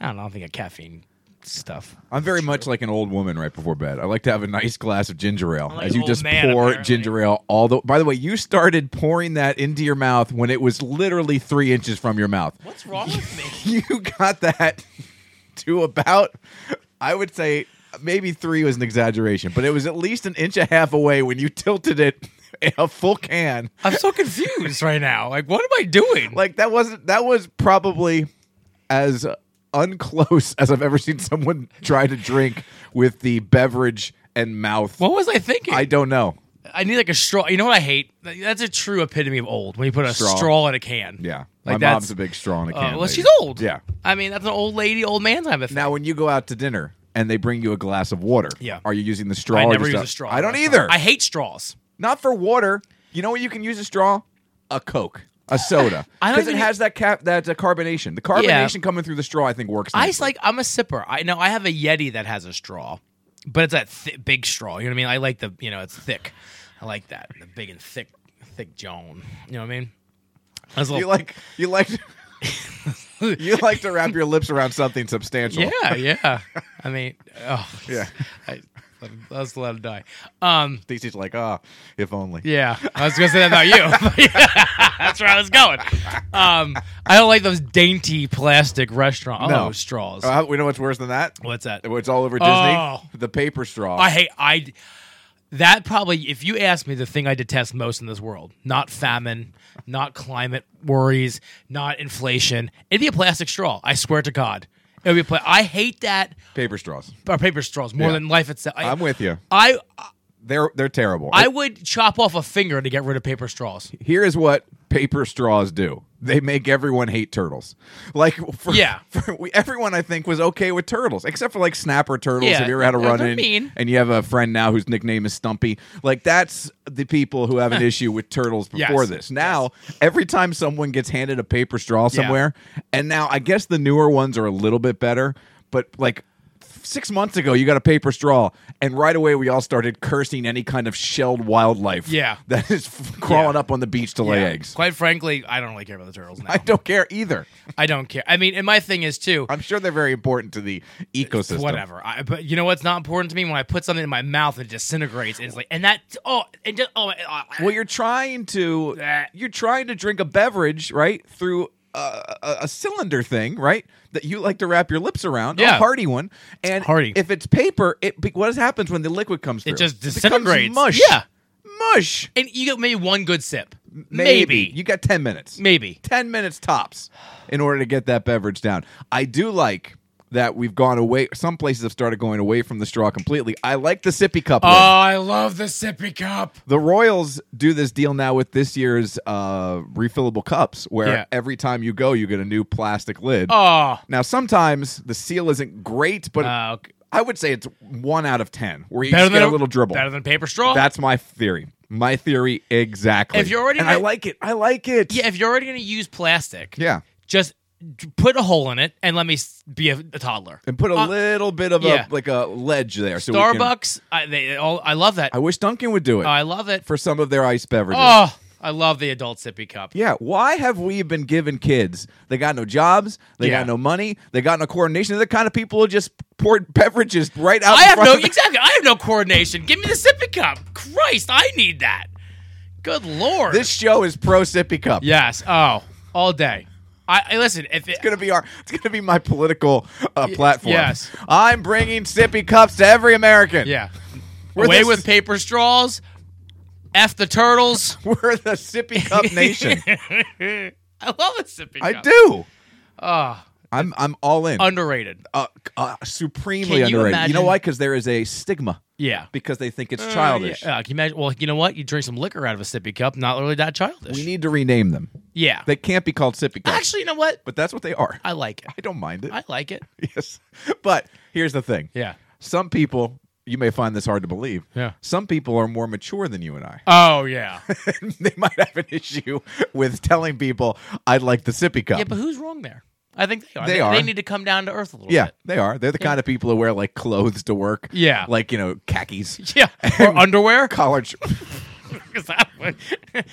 I don't know. I think of caffeine stuff. I'm very much like an old woman right before bed. I like to have a nice glass of ginger ale like as an you old just man, pour apparently. ginger ale all the. By the way, you started pouring that into your mouth when it was literally three inches from your mouth. What's wrong with me? You got that to about, I would say maybe three was an exaggeration, but it was at least an inch and a half away when you tilted it a full can. I'm so confused right now. Like, what am I doing? Like that wasn't that was probably as unclose as I've ever seen someone try to drink with the beverage and mouth. what was I thinking? I don't know. I need like a straw. You know what I hate? That's a true epitome of old when you put a Straw. straw, in a can. Yeah. like My that's. mom's a big straw in a uh, can. well, lady. she's old. Yeah. I mean, that's an old lady, old man type of thing. Now when you go out to dinner and they bring you a glass of water, Yeah. are you using the straw? I or never just use a straw. I don't That's either. not- I hate straws. Not for water. You know what you can use a straw? A Coke. A soda. I don't Because it even- has that cap that uh, carbonation. The Yeah. carbonation coming through the straw I think works. I nicely. like. I'm a sipper. I know. I have a Yeti that has a straw, but it's that th- big straw. You know what I mean? I like the. You know, it's thick. I like that. The big and thick, thick Joan. You know what I mean? That's a you little- like you like you like to wrap your lips around something substantial. Yeah, yeah. I mean, oh, Yeah. I, let's let him die. Um, These's like, ah, if only. yeah, I was gonna say that about you. That's where I was going. Um, I don't like those dainty plastic restaurant No. oh, straws. Uh, we know what's worse than that. What's that? It's all over Disney. Oh. The paper straw. I hate I. That probably, if you ask me, the thing I detest most in this world, not famine, not climate worries, not inflation, it'd be a plastic straw. I swear to God, it would be. A pla- I hate that paper straws. or paper straws more Yeah. than life itself. I, I'm with you. I They're they're terrible. I would chop off a finger to get rid of paper straws. here is what paper straws do they make everyone hate turtles like for, Yeah. for we, everyone i think was okay with turtles except for like snapper turtles Yeah, have you ever had a they're run in mean. and you have a friend now whose nickname is stumpy like that's the people who have an issue with turtles Yes, before this now every time someone gets handed a paper straw somewhere and now i guess the newer ones are a little bit better but like Six months ago, you got a paper straw, and right away we all started cursing any kind of shelled wildlife. Yeah. that is f- crawling Yeah. up on the beach to lay Yeah. eggs. Quite frankly, I don't really care about the turtles now. I don't care either. I don't care. I mean, and my thing is too. I'm sure they're very important to the ecosystem. Whatever. I, but you know what's not important to me when I put something in my mouth and it disintegrates. And it's like, and that oh, and just oh, uh, Well, you're trying to That. you're trying to drink a beverage, right? Through a, a, a cylinder thing, right? That you like to wrap your lips around. Yeah. a hardy one. And Hardy. if it's paper, it be- what happens when the liquid comes through? it just becomes disintegrates. mush. Yeah, mush. and you get maybe one good sip. Maybe. Maybe. you got ten minutes. Maybe. 10 minutes tops in order to get that beverage down. I do like that we've gone away. Some places have started going away from the straw completely. I like the sippy cup. Oh, lid. I love the sippy cup. the Royals do this deal now with this year's uh, refillable cups where Yeah. every time you go, you get a new plastic lid. Oh, Now, sometimes the seal isn't great, but Uh, okay. I would say it's one out of 10 where you better just than get a little dribble. Better than paper straw. That's my theory. My theory exactly. If you're already and I ma- like it. I like it. yeah, if you're already gonna use plastic, Yeah. just d- put a hole in it and let me s- be a, a toddler. and put a Uh, little bit of yeah. a like a ledge there. So we can- Starbucks, Uh, I, they all, I love that. Oh, I wish Duncan would do it I love it. for some of their ice beverages. Oh, I love the adult sippy cup. Yeah, why have we been giving kids? They got no jobs, they Yeah. got no money, they got no coordination. They're the kind of people who just pour beverages right out. I in have front no of them. exactly. I have no coordination. Give me the sippy cup. Christ, I need that. Good lord. This show is pro sippy cup. yes. Oh, all day. I, I listen. If it, It's gonna be our. It's gonna be my political uh, platform. yes. I'm bringing sippy cups to every American. yeah, We're away the- with paper straws. F the turtles. we're the sippy cup nation. I love a sippy I cup. do. Uh, I'm I'm all in. Underrated. uh, uh, supremely Can you underrated. You, know imagine- why? Because there is a stigma. Yeah. Because they think it's childish. Yeah, uh, can you imagine? Well, you know what? You drink some liquor out of a sippy cup. Not really that childish. We need to rename them. yeah. They can't be called sippy cups, Actually, you know what? but that's what they are. I, I like it. don't mind it. I like it. yes, but here's the thing. Yeah. Some people, you may find this hard to believe. Yeah. Some people are more mature than you and I. Oh yeah. they might have an issue with telling people I'd like the sippy cup. yeah, but who's wrong there? I think they are. They are. They need to come down to earth a little Yeah, bit. they are. They're the kind of people who wear like clothes to work. Yeah. like you know khakis, Yeah. Or underwear. college. Because I I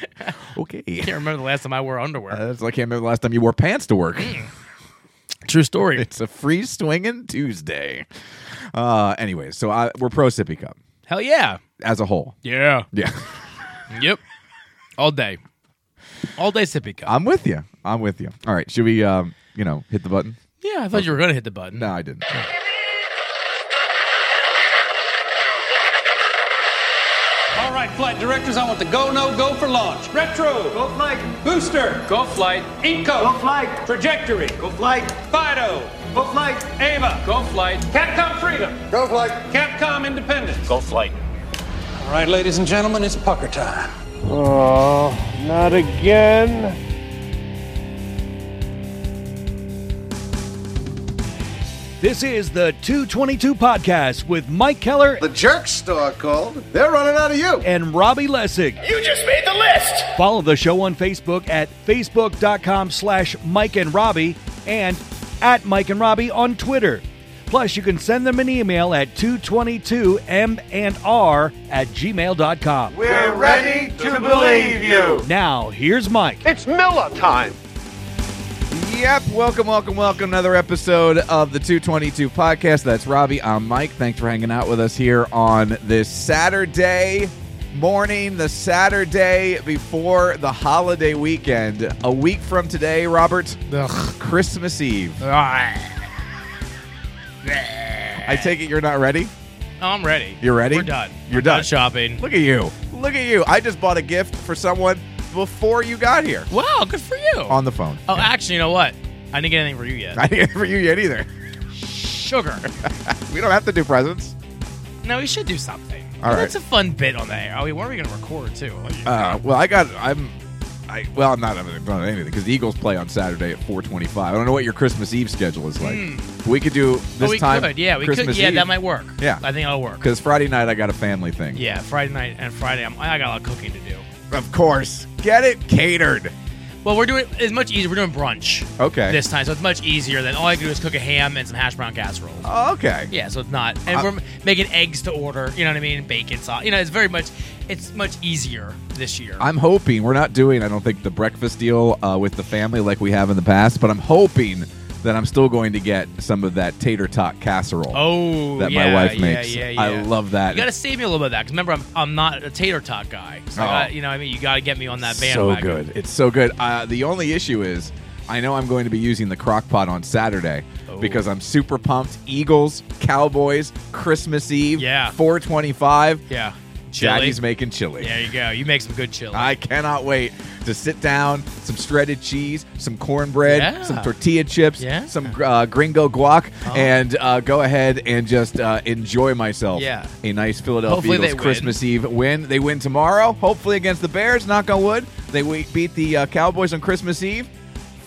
okay. can't remember the last time I wore underwear. Uh, That's like I can't remember the last time you wore pants to work. True story. It's a free swinging Tuesday. Uh, anyway, so I, we're pro sippy cup Hell yeah. as a whole. Yeah. Yeah, Yep. All day. All day sippy cup. I'm with you. I'm with you. All right, should we, um, you know, hit the button? yeah, I thought you were gonna hit the button. No, I didn't. All right, flight directors, I want the go, no, go for launch. Retro. Go flight. Booster. Go flight. Inco. Go flight. Trajectory. Go flight. Fido. Go flight. Ava. Go flight. Capcom Freedom. Go flight. Capcom Independence. Go flight. All right, ladies and gentlemen, it's pucker time. Oh, not again. This is the 222 Podcast with Mike Keller The jerk store called. They're running out of you. and Robbie Lessig. You just made the list! Follow the show on Facebook at facebook.com slash Mike and Robbie and at Mike and Robbie on Twitter. Plus, you can send them an email at 222m&r at gmail.com. We're ready to believe you. Now, here's Mike. It's Miller time. Yep. Welcome, welcome, welcome. Another episode of the 222 podcast. That's Robbie. I'm Mike. Thanks for hanging out with us here on this Saturday morning, the Saturday before the holiday weekend. A week from today, Robert, Ugh. Christmas Eve. Ah. I take it you're not ready? I'm ready. You're ready? We're done. You're We're done. shopping. Look at you. Look at you. I just bought a gift for someone before you got here Wow, good for you. on the phone. oh, actually, you know what? I didn't get anything for you yet. I didn't get it for you yet either. Sugar. We don't have to do presents. no, we should do something. All right. That's a fun bit on the air. Oh, wait, when are we gonna record too? Oh, Uh, well, I got. I'm. I well, I'm not. I'm not doing anything because the Eagles play on Saturday at 4:25. I don't know what your Christmas Eve schedule is like. We could do Oh, this we time. could. Yeah, we Christmas could. Yeah, Eve, that might work. Yeah. I think it'll work. Because Friday night I got a family thing. Yeah, Friday night and Friday, I'm, I got a lot of cooking to do. Of course, get it catered. Well, we're doing it's much easier. We're doing brunch Okay. this time, so it's much easier than all I can do is cook a ham and some hash brown casserole. Oh, okay. Yeah, so it's not, and I- we're making eggs to order. You know what I mean? Bacon sauce. You know, it's very much, it's much easier this year. I'm hoping we're not doing. I don't think the breakfast deal uh, with the family like we have in the past, but I'm hoping that I'm still going to get some of that tater tot casserole. oh, that yeah, my wife yeah, makes. Yeah, yeah, I love that. You got to save me a little bit of that because remember, I'm, I'm not a tater tot guy. So I Oh. gotta- you know, what I mean, you got to get me on that so bandwagon. good. It's so good. Uh, the only issue is, I know I'm going to be using the crock pot on Saturday Oh. because I'm super pumped. Eagles, Cowboys, Christmas Eve, Yeah. 425. Yeah, chili. Daddy's making chili. there you go. You make some good chili. I cannot wait to sit down, some shredded cheese, some cornbread, Yeah. some tortilla chips, Yeah. Uh-huh. some uh, gringo guac, and uh, go ahead and just uh, enjoy myself. Yeah. A nice Philadelphia Hopefully they Eagles win. Christmas Eve win. They win tomorrow, hopefully against the Bears, knock on wood. They we- beat the uh, Cowboys on Christmas Eve.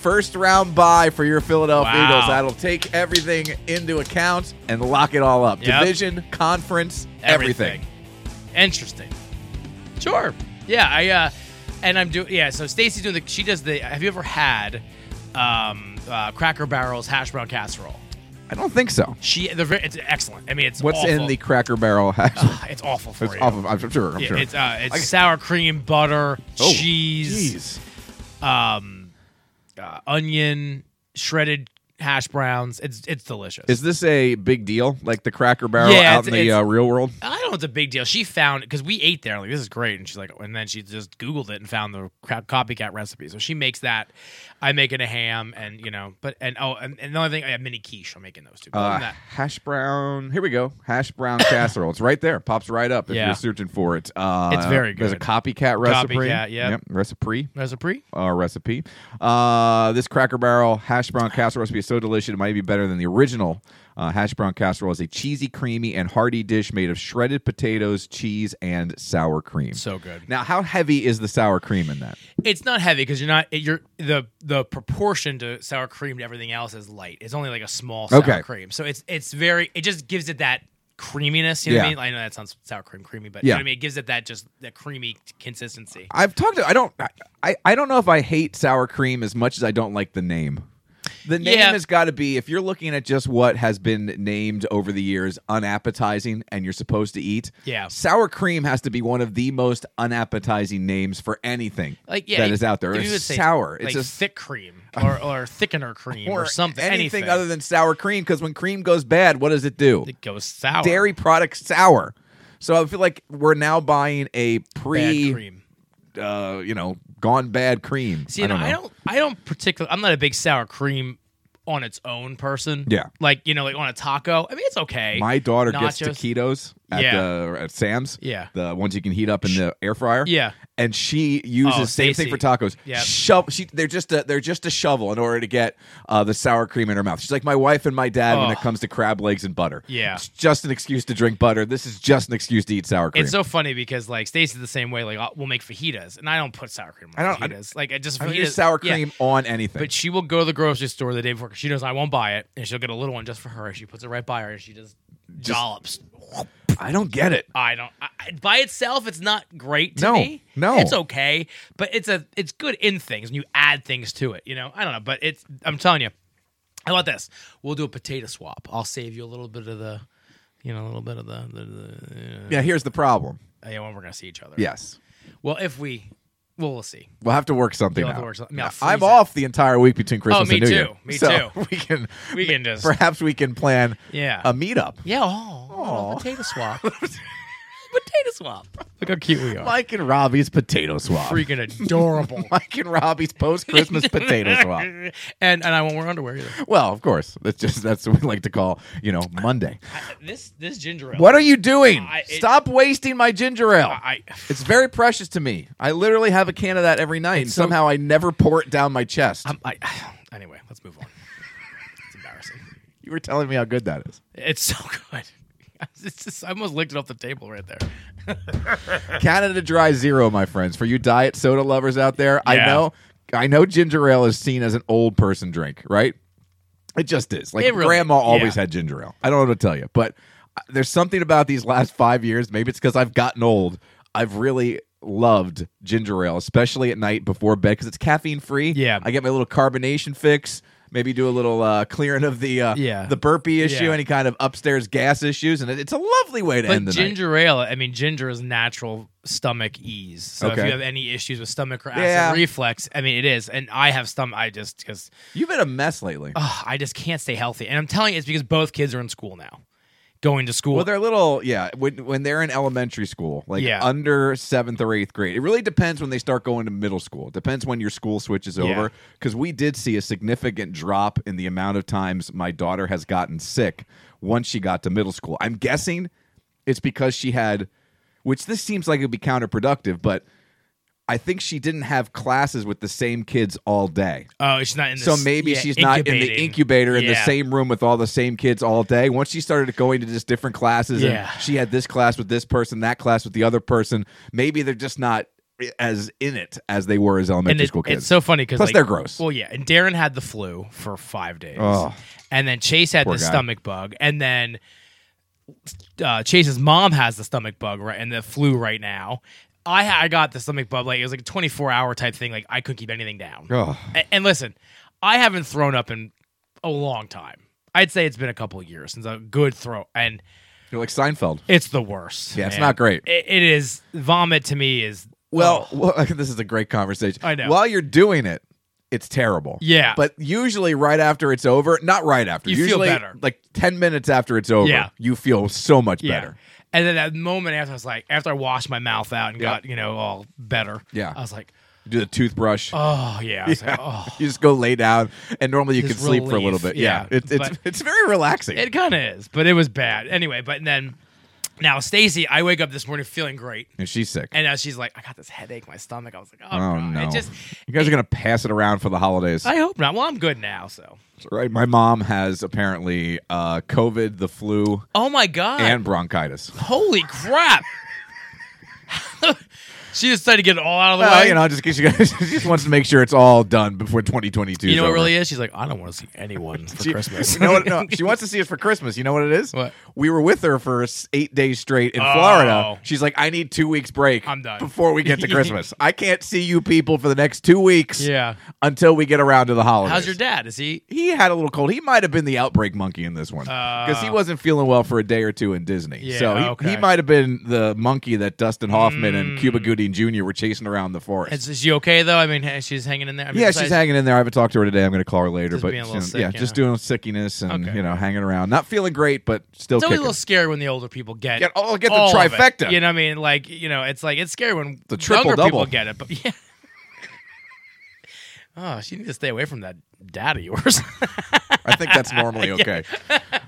First round bye for your Philadelphia Wow. Eagles. That'll take everything into account and lock it all up. Yep. Division, conference, everything. Interesting. Sure. Yeah, I uh and I'm doing yeah, so Stacy's doing the she does the have you ever had um uh, cracker barrels hash brown casserole? I don't think so. She they're very, it's excellent. I mean it's What's in awful. the Cracker Barrel? hash? it's awful for It's you. off of, I'm sure. I'm Yeah, sure. It's uh, it's I- sour cream, butter, Oh, cheese, um, jeez. uh, onion, shredded hash browns. It's it's delicious. Is this a big deal? Like the Cracker Barrel Yeah, out in it's- the it's- uh, real world? I don't know. It's a big deal. She found because we ate there. I'm like this is great, and she's like, and then she just Googled it and found the cra- copycat recipe. So she makes that. I make it a ham, and you know, but and oh, and, and the only thing I have mini quiche. I'm making those two. But other Uh, than that, hash brown. Here we go. Hash brown casserole. It's right there. Pops right up if Yeah. you're searching for it. Uh, It's very There's a good. copycat recipe. Copycat, yep. Recipe. recipe. Uh, recipe. Uh, this Cracker Barrel hash brown casserole recipe is so delicious it might be better than the original. Uh, hash brown casserole is a cheesy, creamy, and hearty dish made of shredded potatoes, cheese, and sour cream. So good. now, how heavy is the sour cream in that? It's not heavy because you're not. You're the the proportion to sour cream to everything else is light. It's only like a small sour Okay. cream. So it's it's very. It just gives it that creaminess. You know what I Yeah. mean? I know that sounds sour cream creamy, but Yeah. you know what I mean. It gives it that just that creamy consistency. I've talked. To, I don't. I, I don't know if I hate sour cream as much as I don't like the name. The name Yeah. has got to be if you're looking at just what has been named over the years unappetizing and you're supposed to eat. Yeah. Sour cream has to be one of the most unappetizing names for anything like yeah, that is out there. you It's would say, sour. like it's a thick cream or, or thickener cream or, something. Anything, other than sour cream because when cream goes bad, what does it do? it goes sour. Dairy products sour. So I feel like we're now buying a bad pre, cream. uh, you know, gone bad cream. See, I and don't know. I don't, I don't particularly. I'm not a big sour cream on its own person. Yeah. like you know, like on a taco. I mean, it's okay. My daughter Nachos. gets taquitos at Yeah. the at Sam's. Yeah. the ones you can heat up in the air fryer. Yeah. and she uses Oh, same thing Stacy. for tacos. Yep. Shove. She, they're just a, they're just a shovel in order to get uh, the sour cream in her mouth. She's like my wife and my dad when Oh. it comes to crab legs and butter. Yeah. it's just an excuse to drink butter. This is just an excuse to eat sour cream. It's so funny because like Stacy's the same way. Like I'll- we'll make fajitas, and I don't put sour cream on I don't- I- fajitas. like I just I fajitas don't use sour yeah. cream on anything. But she will go to the grocery store the day before 'cause she knows I won't buy it, and she'll get a little one just for her. and She puts it right by her, and she just, dollops. I don't get it. I don't. I, I- by itself, it's not great to No, me. no. it's okay, but it's a it's good in things, and you add things to it. You know, I don't know, but it's. I'm telling you, how about this? We'll do a potato swap. I'll save you a little bit of the, you know, a little bit of the. the, the Yeah, here's the problem. uh, yeah, when we're gonna see each other. Yes. Well, if we, well, we'll see. We'll have to work something We'll out. have to work something- I mean, I'll freeze I'm it. Oh, off the entire week between Christmas me and New too. Year. Me So too. We can We can just. perhaps we can plan Yeah. a meetup. yeah. Oh, a little potato swap. potato swap. Look how cute we are. Mike and Robbie's potato swap. Freaking adorable. Mike and Robbie's post Christmas potato swap. and and I won't wear underwear either. Well, of course. That's just that's what we like to call, you know, Monday. This this ginger ale. What are you doing? I- it- Stop wasting my ginger ale. I it's very precious to me. I literally have a can of that every night, and so- somehow I never pour it down my chest. I'm, Um, I anyway, let's move on. It's embarrassing. you were telling me how good that is. It's so good. It's just, I almost licked it off the table right there. Canada Dry Zero, my friends. For you diet soda lovers out there, I Yeah. know I know ginger ale is seen as an old person drink, right? It just is. Like It really- grandma always yeah. had ginger ale. I don't know what to tell you, but uh, there's something about these last 5 years, maybe it's cuz I've gotten old. I've really loved ginger ale, especially at night before bed cuz it's caffeine free. Yeah. I get my little carbonation fix. Maybe do a little uh, clearing of the uh, Yeah. the burpee issue, Yeah. any kind of upstairs gas issues, and it- it's a lovely way to But end the night. ginger ale, I mean, ginger is natural stomach ease. So if Okay. you have any issues with stomach or acid Yeah. reflex, I mean, it is. And I have stomach. I just because You've been a mess lately. I just can't stay healthy. And I'm telling you, it's because both kids are in school now, going to school. Well, they're little, yeah. When when they're in elementary school, like Yeah. under seventh or eighth grade, it really depends when they start going to middle school. It depends when your school switches over. Because we did see a significant drop in the amount of times my daughter has gotten sick once she got to middle school. I'm guessing it's because she had, which this seems like it would be counterproductive, but I think she didn't have classes with the same kids all day. oh, she's not in. This, So maybe yeah, she's not in the incubating. incubator in the Yeah. same room with all the same kids all day. Once she started going to just different classes, Yeah. and she had this class with this person, that class with the other person. Maybe they're just not as in it as they were as elementary it- school kids. It's so funny because Plus they're gross. Well, yeah, and Darren had the flu for five days, Oh. and then Chase had the Poor guy. stomach bug, and then uh, Chase's mom has the stomach bug right and the flu right now. I ha- I got the stomach bug like it was like a twenty four hour type thing. Like I couldn't keep anything down. Ugh. A- And, listen, I haven't thrown up in a long time. I'd say it's been a couple of years since a good throw, and You're like Seinfeld. it's the worst. Yeah, it's man. not great. It, it is vomit to me is Well, well, this is a great conversation. I know. While you're doing it, it's terrible. Yeah. But usually, right after it's over, not right after. You feel usually, better. Like ten minutes after it's over, Yeah. you feel so much Yeah. better. And then that moment after, I was like, after I washed my mouth out and got, you know, all better. Yeah. I was like, You do the toothbrush. oh yeah. I was like, oh. You just go lay down, and normally you Just can sleep for a little relief, bit. yeah. Yeah, it's it's But- it's very relaxing. It kind of is, but it was bad anyway. But then now, Stacy, I wake up this morning feeling great, and she's sick. and now she's like, I got this headache, in my stomach. I was like, oh, oh God. no! It just, you guys are gonna pass it around for the holidays, I hope not. Well, I'm good now, so. right? My mom has apparently uh, COVID, the flu, Uh, Oh my God! and bronchitis. Holy crap! She decided to get it all out of the Well, way. you know, just in case you guys, she just wants to make sure it's all done before 2022. You know what over. really is? She's like, I don't want to see anyone for She- Christmas. You know what? No, she wants to see us for Christmas. You know what it is? What? We were with her for s- eight days straight in Oh. Florida. She's like, I need two weeks break. I'm done. before we get to Christmas. I can't see you people for the next two weeks. Yeah. until we get around to the holidays. How's your dad? Is he? He had a little cold. He might have been the outbreak monkey in this one because he wasn't feeling well for a day or two in Disney. Oh. Yeah, so he, okay. Mm. he might have been the monkey that Dustin Hoffman and Cuba Gooding Jr. were chasing around the forest. Is, is she okay though? I mean, ha- she's hanging in there. I mean, Yeah, besides- she's hanging in there. I haven't talked to her today. I'm going to call her later, Just but being a you little know, sick, yeah, you just know. doing sickiness and Okay. you know hanging around, not feeling great, but still. It's always a kicking. little scary when the older people get Get- oh, get the all of it. trifecta. You know what I mean? Like you know, it's like it's scary when The triple younger double. people get it. But yeah. Oh, she needs to stay away from that dad of yours. I think that's normally okay.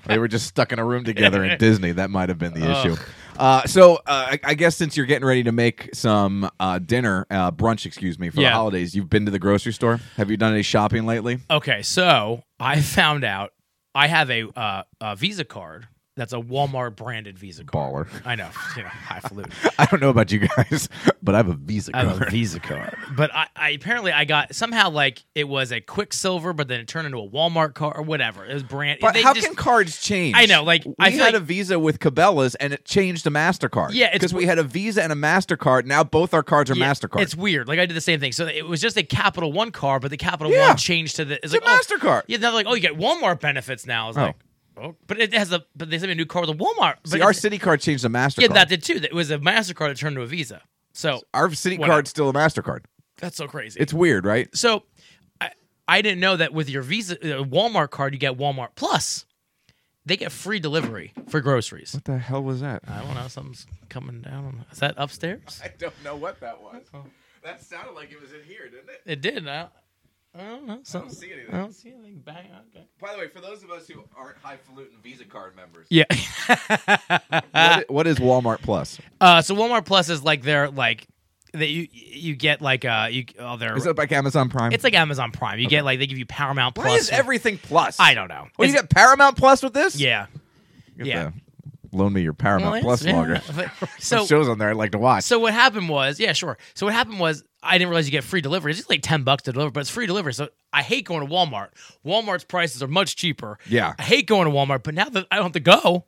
They were just stuck in a room together in Disney. That might have been the issue. Uh, so uh, I, I guess since you're getting ready to make some uh, dinner, uh, brunch, excuse me, for the Yeah. holidays, you've been to the grocery store. Have you done any shopping lately? okay, so I found out I have a, uh, a Visa card that's a Walmart branded Visa card. Baller. I know, you know, highfalutin. I don't know about you guys, but I have a Visa I card. have a Visa card. But I, I apparently I got somehow like it was a Quicksilver, but then it turned into a Walmart card or whatever. It was brand. But they how just- can cards change? I know, like, we I feel had like- a Visa with Cabela's, and it changed to Mastercard. Yeah, it's- because we had a Visa and a Mastercard. Now both our cards are Yeah, Mastercard. It's weird. Like I did the same thing. So it was just a Capital One card, but the Capital Yeah. One changed to the it's a like oh, Mastercard. Yeah, now they're like, oh, you get Walmart benefits now. I was Oh. like, oh, but it has a but they sent me a new card with a Walmart. But See, our it's- city card changed to Mastercard. yeah, that did too. It was a Mastercard that turned to a Visa. So our city Whatever. card's still a Mastercard. that's so crazy. It's weird, right? so I, I didn't know that with your Visa uh, Walmart card, you get Walmart Plus. They get free delivery for groceries. What the hell was that? I don't know. Something's coming down. Is that upstairs? I don't know what that was. That sounded like it was in here, didn't it? It did. I, I don't know. Something, oh. see I anything. don't see anything. Bang. Okay. By the way, for those of us who aren't highfalutin Visa card members, Yeah. what is Walmart Plus? Uh, so Walmart Plus is like their like that you you get like uh you oh their Is it like Amazon Prime? it's like Amazon Prime. You get like they give you Paramount why Plus. is everything plus? I don't know. Well, you It's- got Paramount Plus with this? yeah. Get Yeah. the- Loan me your Paramount Well, Plus it's- logger. yeah. Some So shows on there I'd like to watch. so what happened was yeah sure. So what happened was I didn't realize you get free delivery. It's just like ten bucks to deliver, but it's free delivery. So I hate going to Walmart. Walmart's prices are much cheaper. Yeah. I hate going to Walmart, but now that I don't have to go,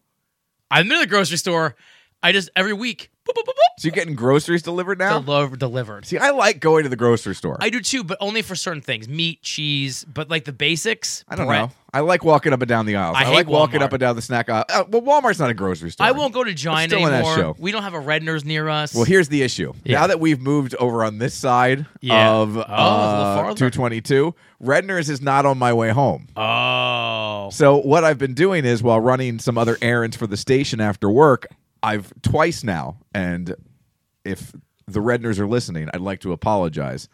I'm in the grocery store. I just every week boop, boop, boop, boop, so you're getting groceries delivered now? deliver- delivered. See, I like going to the grocery store. I do too, but only for certain things: meat, cheese, but like the basics. I don't bread. know. I like walking up and down the aisles. I I, hate like walking Walmart. up and down the snack aisle. Uh, well, Walmart's not a grocery store. I won't go to Giant still in that anymore. show. We don't have a Redner's near us. Well, here's the issue. Yeah. Now that we've moved over on this side Yeah. of Oh, it's a little uh, farther. 222, Redner's is not on my way home. oh, So what I've been doing is while running some other errands for the station after work, I've twice now, and if the Redners are listening, I'd like to apologize.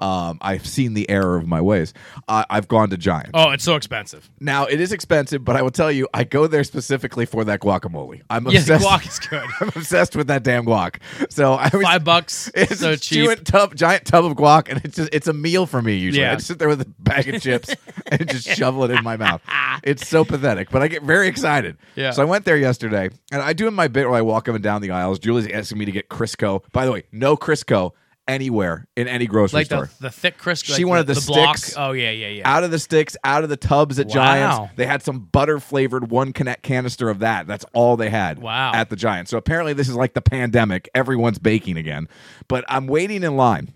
Um, I've seen the error of my ways. Uh, I've gone to Giant. oh, it's so expensive. Now it is expensive, but I will tell you, I go there specifically for that guacamole. I'm Yeah, the obsessed. guac is good. I'm obsessed with that damn guac. So I was, Five bucks, It's so a cheap. giant tub, giant tub of guac, and it's just it's a meal for me usually. Yeah. I just sit there with a bag of chips and just shovel it in my mouth. It's so pathetic, but I get very excited. Yeah. So I went there yesterday, and I do my bit where I walk up and down the aisles. Julie's asking me to get Crisco. By the way, no Crisco anywhere in any grocery Like store the, the thick crisp. She like wanted the block. sticks. Oh yeah, yeah, yeah. out of the sticks, out of the tubs at Wow. Giants. They had some butter flavored one connect canister of that. That's all they had Wow. at the Giants. So apparently this is like the pandemic. Everyone's baking again. But I'm waiting in line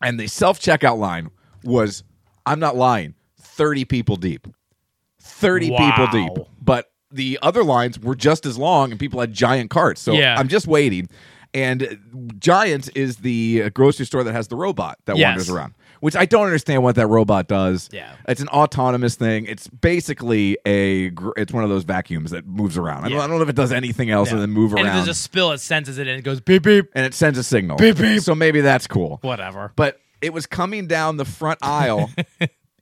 and the self-checkout line was I'm not lying, 30 people deep. 30 Wow. people deep. But the other lines were just as long and people had giant carts. So Yeah. I'm just waiting. And Giants is the uh, grocery store that has the robot that Yes. wanders around, which I don't understand what that robot does. Yeah. It's an autonomous thing. It's basically a gr- it's one of those vacuums that moves around. I, don't, Yeah. I don't know if it does anything else Yeah. other than move And if around. there's a spill, it senses it and it goes beep beep. and it sends a signal. Beep, beep. So maybe that's cool. Whatever. But it was coming down the front aisle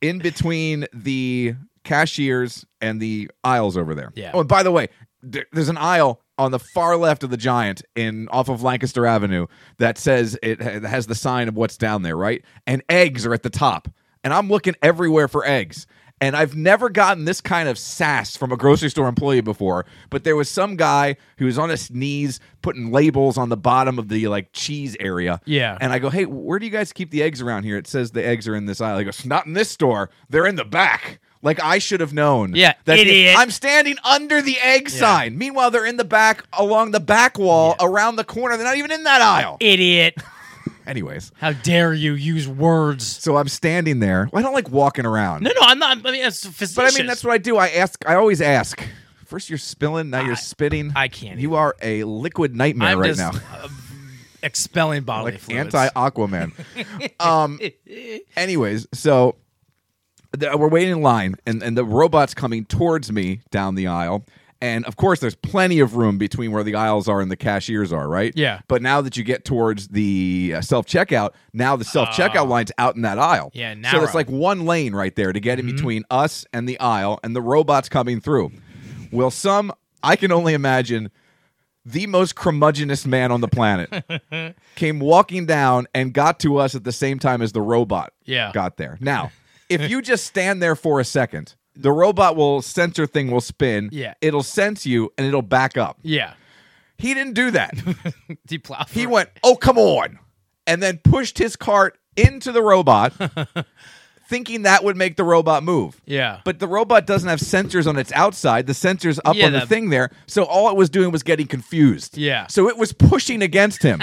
in between the cashiers and the aisles over there. Yeah. Oh, and by the way, there, there's an aisle on the far left of the giant in off of Lancaster Avenue that says it ha- has the sign of what's down there, right? And eggs are at the top. And I'm looking everywhere for eggs. And I've never gotten this kind of sass from a grocery store employee before, but there was some guy who was on his knees putting labels on the bottom of the like cheese area. Yeah. And I go, hey, where do you guys keep the eggs around here? It says the eggs are in this aisle. He goes, not in this store. They're in the back. Like I should have known. Yeah, the- idiot. I'm standing under the egg sign. Meanwhile, they're in the back, along the back wall, around the corner. They're not even in that aisle. Idiot. Anyways, How dare you use words? so I'm standing there. I don't like walking around. No, no, I'm not. I mean, that's facetious. But I mean, that's what I do. I ask. I always ask. First you're spilling, now you're spitting. I can't You are a liquid nightmare I'm right just now. uh, expelling bodily like fluids. anti Aquaman. um. Anyways, so th- we're waiting in line, and and the robot's coming towards me down the aisle. And of course, there's plenty of room between where the aisles are and the cashiers are, right? Yeah. But now that you get towards the uh, self checkout, now the self checkout line's out in that aisle. Ah. Yeah, So it's narrow. Mm-hmm. like one lane right there to get in between us and the aisle, and the robot's coming through. Will some, I can only imagine, the most curmudgeonous man on the planet came walking down and got to us at the same time as the robot Yeah. got there. Now, if you just stand there for a second, the robot will sensor thing will spin. Yeah. It'll sense you and it'll back up. Yeah. He didn't do that. Deplow- He went, "Oh, come on." And then pushed his cart into the robot thinking that would make the robot move. Yeah. But the robot doesn't have sensors on its outside. The sensors up Yeah, on the the- thing there. So all it was doing was getting confused. Yeah. So it was pushing against him.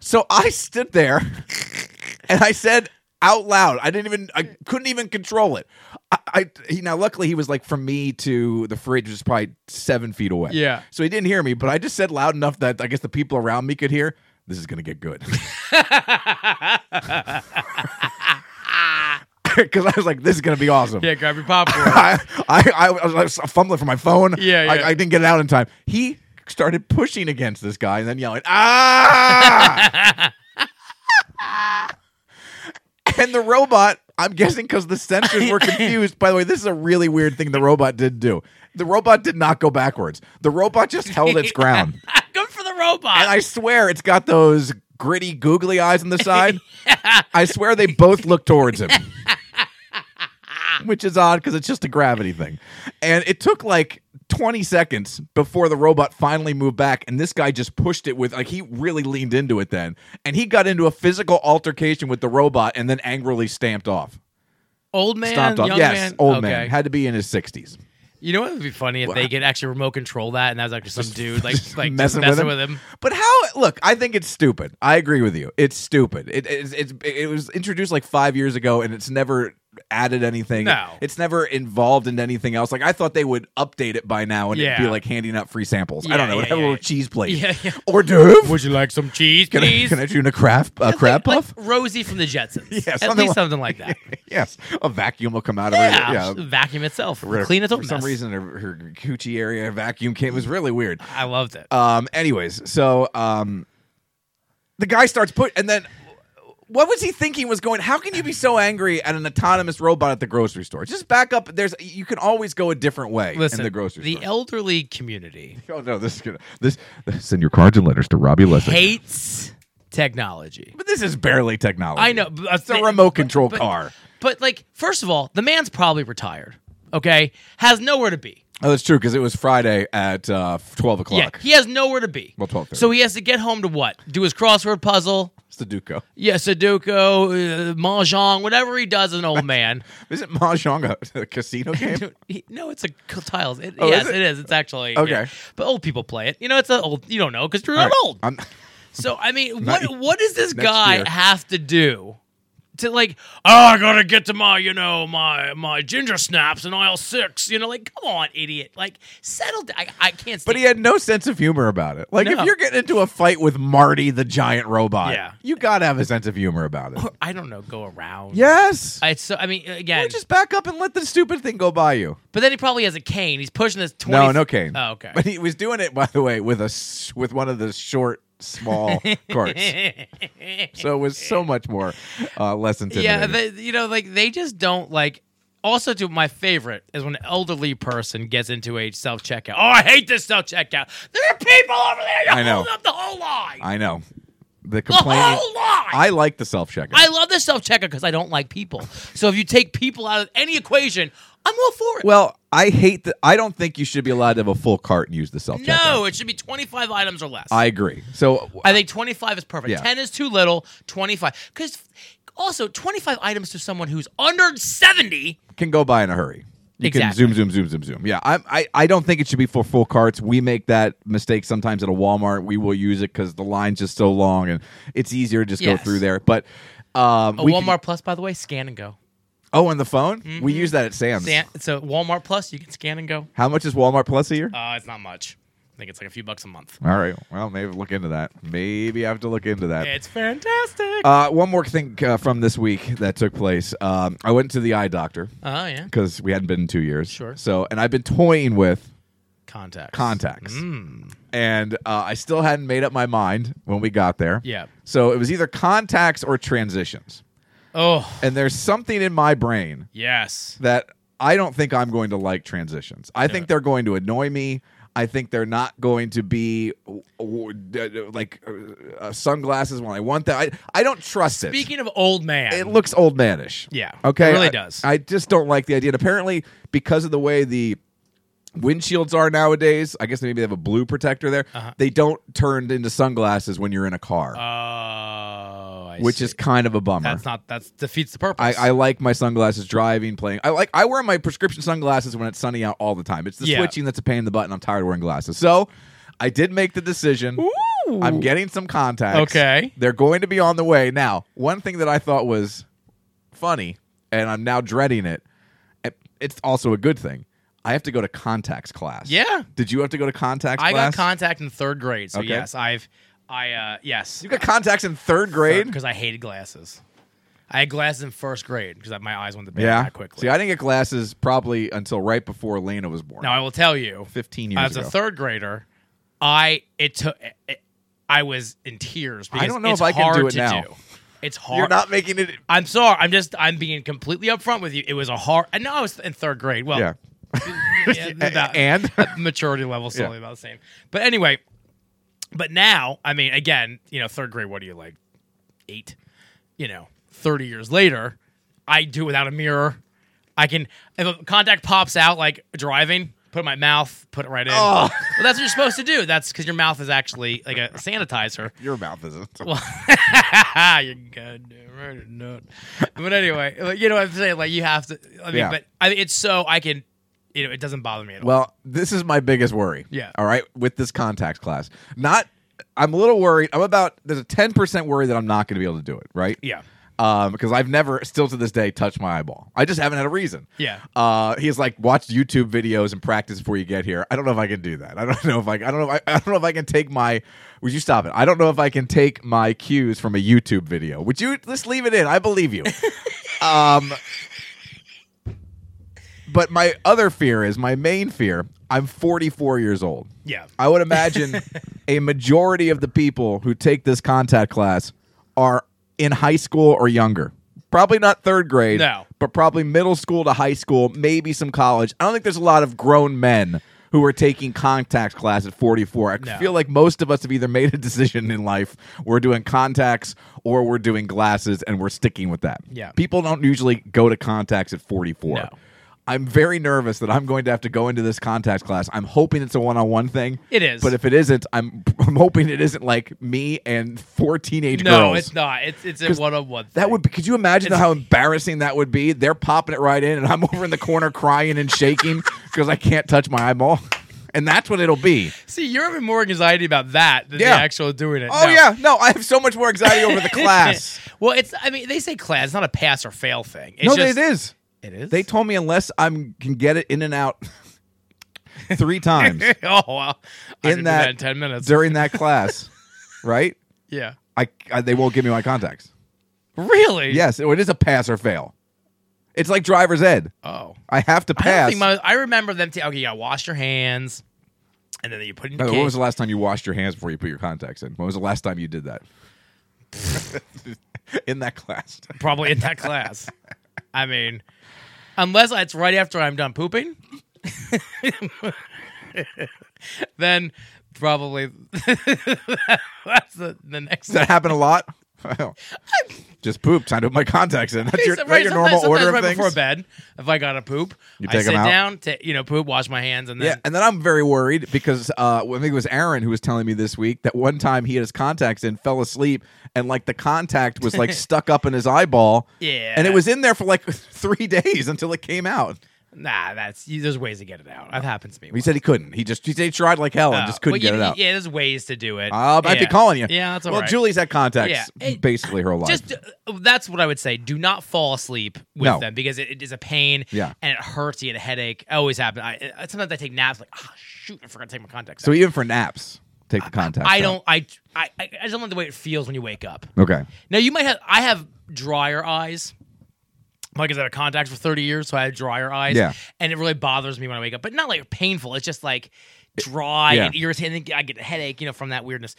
so I stood there and I said out loud, I didn't even, I couldn't even control it. I, I he, now luckily he was like from me to the fridge was probably seven feet away. Yeah. So he didn't hear me, but I just said loud enough that I guess the people around me could hear. This is gonna get good. Because I was like, "This is gonna be awesome." yeah, grab your popcorn. I, I, I was- I was fumbling for my phone. Yeah, yeah. I, I didn't get it out in time. He started pushing against this guy and then yelling, ah! and the robot, I'm guessing because the sensors were confused. By the way, this is a really weird thing the robot did do. The robot did not go backwards. The robot just held its ground. Good for the robot. And I swear it's got those gritty, googly eyes on the side. I swear they both look towards him. Which is odd because it's just a gravity thing. And it took like 20 seconds before the robot finally moved back. And this guy just pushed it with, like, he really leaned into it then. And he got into a physical altercation with the robot and then angrily stamped off. old man, Stomped off. young yes, man. old okay. man. Had to be in his 60s. you know what would be funny if they could actually remote control that, and that was actually some dude like like messing, just with, him. But how? Look, I think it's stupid. I agree with you. It's stupid. It it's, it's it was introduced like five years ago, and it's never added anything. No. it's never involved in anything else. Like I thought they would update it by now, and it'd be Yeah. like handing out free samples. I Yeah, don't know. yeah, it'd have a yeah, little yeah. cheese plate. Yeah, yeah. Or do Would you like some cheese, can I, please? can I do a crab a Like- crab like puff? Rosie from the Jetsons. Yeah, At something least like- something like that. yes, a vacuum will come out of yeah. it. Yeah. Vacuum itself. Clean its own For some mess. reason, her, her coochie area vacuum came. It was really weird. I loved it. Um. Anyways, so um, the guy starts put, and then what was he thinking was going? How can you be so angry at an autonomous robot at the grocery store? Just back up. There's you can always go a different way Listen, in the grocery the store. elderly community oh no, this is gonna this. Send your cards and letters to Robbie Lessing. hates technology. but this is barely technology. I know. but- It's a remote control but- car. But like, first of all, the man's probably retired. Okay, has nowhere to be. Oh, that's true because it was Friday at uh, twelve o'clock. Yeah, he has nowhere to be. Well, 12:30. so he has to get home to what? Do his crossword puzzle. it's the Duco. Yeah, Sudoku, uh, mahjong, whatever he does, as an old man. Isn't mahjong a, a casino game? He- no, it's a c- tiles. It, Oh, is yes, it? it is. It's actually Okay. yeah. but old people play it. You know, it's an old. You don't know because you're All not right, old. I'm- So I mean, Not e-, what what does this next guy year. have to do to like? Oh, I gotta get to my you know my my ginger snaps in aisle six. You know, like come on, idiot. Like settle down. I, I can't. But stand- he had no sense of humor about it. Like No. if you're getting into a fight with Marty the giant robot, Yeah. you gotta have a sense of humor about it. I don't know. Go around. yes. I, so I mean, again, Or just back up and let the stupid thing go by you. but then he probably has a cane. He's pushing this twenty. No, no cane. Oh, okay. But he was doing it, by the way, with a s- with one of the short, small carts. So it was so much more uh, less intimidating. yeah, they, you know, like they just don't like. Also, to my favorite is when an elderly person gets into a self checkout. Oh, I hate this self checkout. There are people over there. You're I know. holding up the whole line. I know. The complaining. whole lot! I like the self checker. Oh, I love the self checker because I don't like people. So if you take people out of any equation, I'm all for it. Well, I hate that. I don't think you should be allowed to have a full cart and use the self checker. no, it should be 25 items or less. I agree. So I think 25 is perfect. Yeah. 10 is too little. 25. Because also, 25 items to someone who's under 70. can go by in a hurry. You Exactly. can zoom, zoom, zoom, zoom, zoom. Yeah, I, I, I don't think it should be for full carts. We make that mistake sometimes at a Walmart. We will use it because the line's just so long and it's easier to just Yes. go through there. But um, A we can- Walmart Mm-hmm. Plus, by the way, scan and go. oh, on the phone, we use that at Sam's. Scan, so Walmart Plus, you can scan and go. How much is Walmart Plus a year? Uh, it's not much. I think it's like a few bucks a month. All right. Well, maybe look into that. Maybe I have to look into that. It's fantastic. Uh, one more thing uh, from this week that took place. Um, I went to the eye doctor oh, yeah. because we hadn't been in two years. Sure. So, and I've been toying with Contacts. contacts. Mm. And uh, I still hadn't made up my mind when we got there. Yeah. So it was either contacts or transitions. Oh, And there's something in my brain yes. that I don't think I'm going to like transitions. I think they're going to annoy me. I think they're not going to be w- w- d- d- like uh, uh, sunglasses when I want that. I, I don't trust it. Speaking of old man, It looks old manish. Yeah, Okay. it really I- does. I just don't like the idea. And apparently, because of the way the windshields are nowadays, I guess maybe they have a blue protector there. Uh-huh. They don't turn into sunglasses when you're in a car, oh, I which see. is kind of a bummer. that's not that defeats the I, purpose. I like my sunglasses driving, playing. I like I wear my prescription sunglasses when it's sunny out all the time. It's the Yeah. switching that's a pain in the butt, and I'm tired of wearing glasses. So I did make the decision. I'm getting some contacts. Okay. They're going to be on the way. Now, one thing that I thought was funny, and I'm now dreading it, it- it's also a good thing. I have to go to contacts class. Yeah. Did you have to go to contacts I got class? contact in third grade, so Okay. yes, I've, I, uh, yes, you got contacts in third grade? because I hated glasses. I had glasses in first grade because my eyes went to bad yeah. that quickly. See, I didn't get glasses probably until right before Lena was born. now I will tell you, 15 years as ago. a third grader, I it took, it, I was in tears. Because don't know it's if I can do hard it to now. do. It's hard. You're not making it. I'm sorry. I'm just. I'm being completely upfront with you. It was a hard. And no, I was in third grade. Well, Yeah. yeah, about- and? maturity level is Yeah. only about the same. But anyway, but now, I mean, again, you know, third grade, what are you like? Eight, you know, 30 years later, I do without a mirror. I can, if a contact pops out like driving, put it in my mouth, put it right in. Well, that's what you're supposed to do. That's because your mouth is actually like a sanitizer. Your mouth isn't. You're goddamn right or not. But anyway, like, you know what I'm saying? Like, you have to, I mean, Yeah. but I, it's so I can, you know, it doesn't bother me at all. Well, this is my biggest worry. Yeah. All right. With this contacts class, not. I'm a little worried. I'm about. There's a 10 percent worry that I'm not going to be able to do it. Right. Yeah. Um, because I've never, still to this day, touched my eyeball. I just haven't had a reason. Yeah. Uh, he's like, watch YouTube videos and practice before you get here. I don't know if I can do that. I don't know if I. I don't know. If I, I don't know if I can take my. Would you stop it? I don't know if I can take my cues from a YouTube video. Would you just leave it in? I believe you. um. But my other fear is my main fear. I'm 44 years old. Yeah. I would imagine a majority of the people who take this contact class are in high school or younger. Probably not third grade, No. but probably middle school to high school, maybe some college. I don't think there's a lot of grown men who are taking contacts class at 44. I No. feel like most of us have either made a decision in life we're doing contacts or we're doing glasses and we're sticking with that. Yeah. People don't usually go to contacts at 44. No. I'm very nervous that I'm going to have to go into this contacts class. I'm hoping it's a one-on-one thing. It is. But if it isn't, I'm I'm hoping it isn't like me and four teenage No, girls. it's not. It's it's a one on one. That would be, could you imagine It's- how embarrassing that would be? They're popping it right in, and I'm over in the corner crying and shaking because I can't touch my eyeball. And that's what it'll be. see you're having more anxiety about that than Yeah. the actual doing it. Oh, No. yeah. No, I have so much more anxiety over the class. well, it's I mean they say class, it's not a pass or fail thing. It's no, just, it is. It is. They told me unless I am can get it in and out three times oh well, I can do in that, in ten minutes. during that class, right? yeah. I, I they won't give me my contacts. Really? Yes, it is a pass or fail. It's like driver's ed. Oh. I have to I don't pass. think my, I remember them. T- okay, you gotta wash your hands, and then you put in. By your the way, when cake. was the last time you washed your hands before you put your contacts in? When was the last time you did that? in that class. probably in that class. I mean, unless it's right after I'm done pooping. then probably that's the, the next. Does that happen a lot? Wow. Just pooped. I put my contacts in. That's your, Right, that your sometimes- normal sometimes order of right things. before bed. If I got a poop, You I take 'em sit out? down, ta- you know, poop, wash my hands, and then Yeah, and then I'm very worried because uh, I think it was Aaron who was telling me this week that one time he had his contacts in, fell asleep, and like the contact was like stuck up in his eyeball. Yeah. and it was in there for like three days until it came out. nah, that's you- there's ways to get it out. That happens to me. He said he couldn't. He just he, said he tried like hell and Uh, just couldn't but get you- it out. Yeah, there's ways to do it. Uh, I'd be Yeah. calling you. Yeah, that's all well, right. Julie's had contacts Yeah. It- basically her whole life. Just uh, that's what I would say. Do not fall asleep with No. them because it, it is a pain. Yeah. and it hurts. You get a headache. It always happens. I, I- sometimes I take naps. Like, ah, shoot, I forgot to take my contacts. so out." even for naps, take the contacts. I out. don't. I, I I I just don't like the way it feels when you wake up. Okay. Now you might have. I have drier eyes. Like I've had contacts for thirty years, so I have drier eyes. Yeah. and it really bothers me when I wake up, but not like painful. It's just like dry yeah. and irritating. I get a headache, you know, from that weirdness.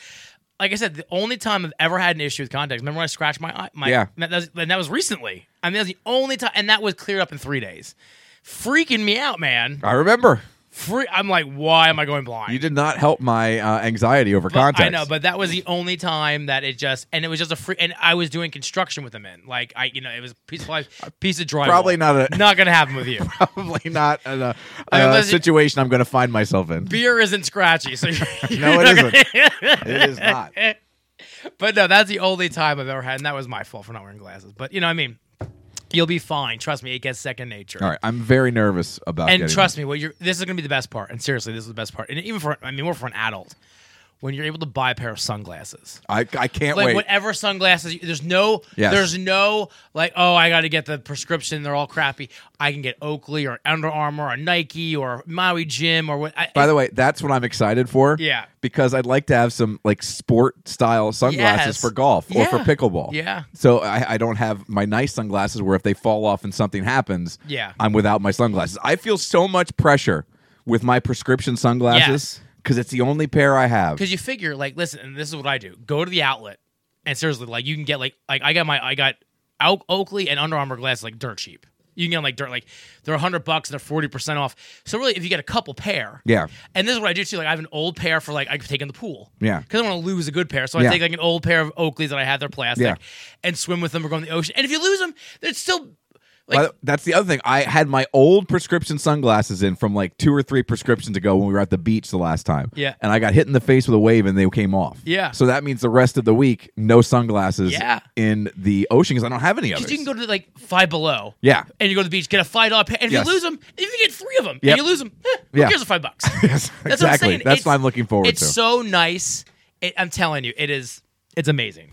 Like I said, the only time I've ever had an issue with contacts. Remember when I scratched my eye? My, Yeah. that, that was, and that was recently. I mean, that was the only time, and that was cleared up in three days. Freaking me out, man. I remember Free- I'm like, why am I going blind? you did not help my uh, anxiety over But contacts. I know, but that was the only time that it just and it was just a free and I was doing construction with them in. Like I you know, it was a piece of life, piece of drywall. Probably not a- not gonna happen with you. probably not a, a, I mean, a let's- situation I'm going to find myself in. Beer isn't scratchy, so you're, No, you're it not isn't. gonna- It is not. but no, that's the only time I've ever had, and that was my fault for not wearing glasses. But you know, I mean, you'll be fine. Trust me, it gets second nature. All right, I'm very nervous about. and getting trust me, what you're this is gonna be the best part. And seriously, this is the best part. And even for I mean, more for an adult, when you're able to buy a pair of sunglasses. I I can't like wait. whatever sunglasses. you- There's no, Yes. there's no like, oh, I got to get the prescription. They're all crappy. I can get Oakley or Under Armour or Nike or Maui Jim or what. I, By the way, that's what I'm excited for. Yeah. because I'd like to have some like sport style sunglasses Yes. for golf or for Yeah. pickleball. Yeah. So I, I don't have my nice sunglasses where if they fall off and something happens, Yeah. I'm without my sunglasses. I feel so much pressure with my prescription sunglasses Yes. because it's the only pair I have. because you figure like, listen, and this is what I do: go to the outlet, and seriously, like you can get like, like I got my, I got Oak- Oakley and Under Armour glasses like dirt cheap. You can get them like dirt, like they're hundred bucks, they're forty percent off. So really, if you get a couple pair, Yeah. And this is what I do too. Like I have an old pair for like I could take in the pool. Yeah. Because I don't want to lose a good pair. So Yeah. I take like an old pair of Oakleys that I had, they're plastic, Yeah. and swim with them or go in the ocean. And if you lose them, it's still like But that's the other thing. I had my old prescription sunglasses in from like two or three prescriptions ago when we were at the beach the last time. Yeah. And I got hit in the face with a wave and they came off. Yeah. So that means the rest of the week, no sunglasses Yeah. in the ocean because I don't have any others. because you can go to like five below. Yeah. And you go to the beach, get a five dollar pair. And if Yes. you lose them, if you get three of them, Yep. and you lose them, eh, who Yeah. cares if five bucks? Yes, That's what I'm exactly. saying. That's It's- what I'm looking forward it's to. so nice. It, I'm telling you, it is. It's amazing.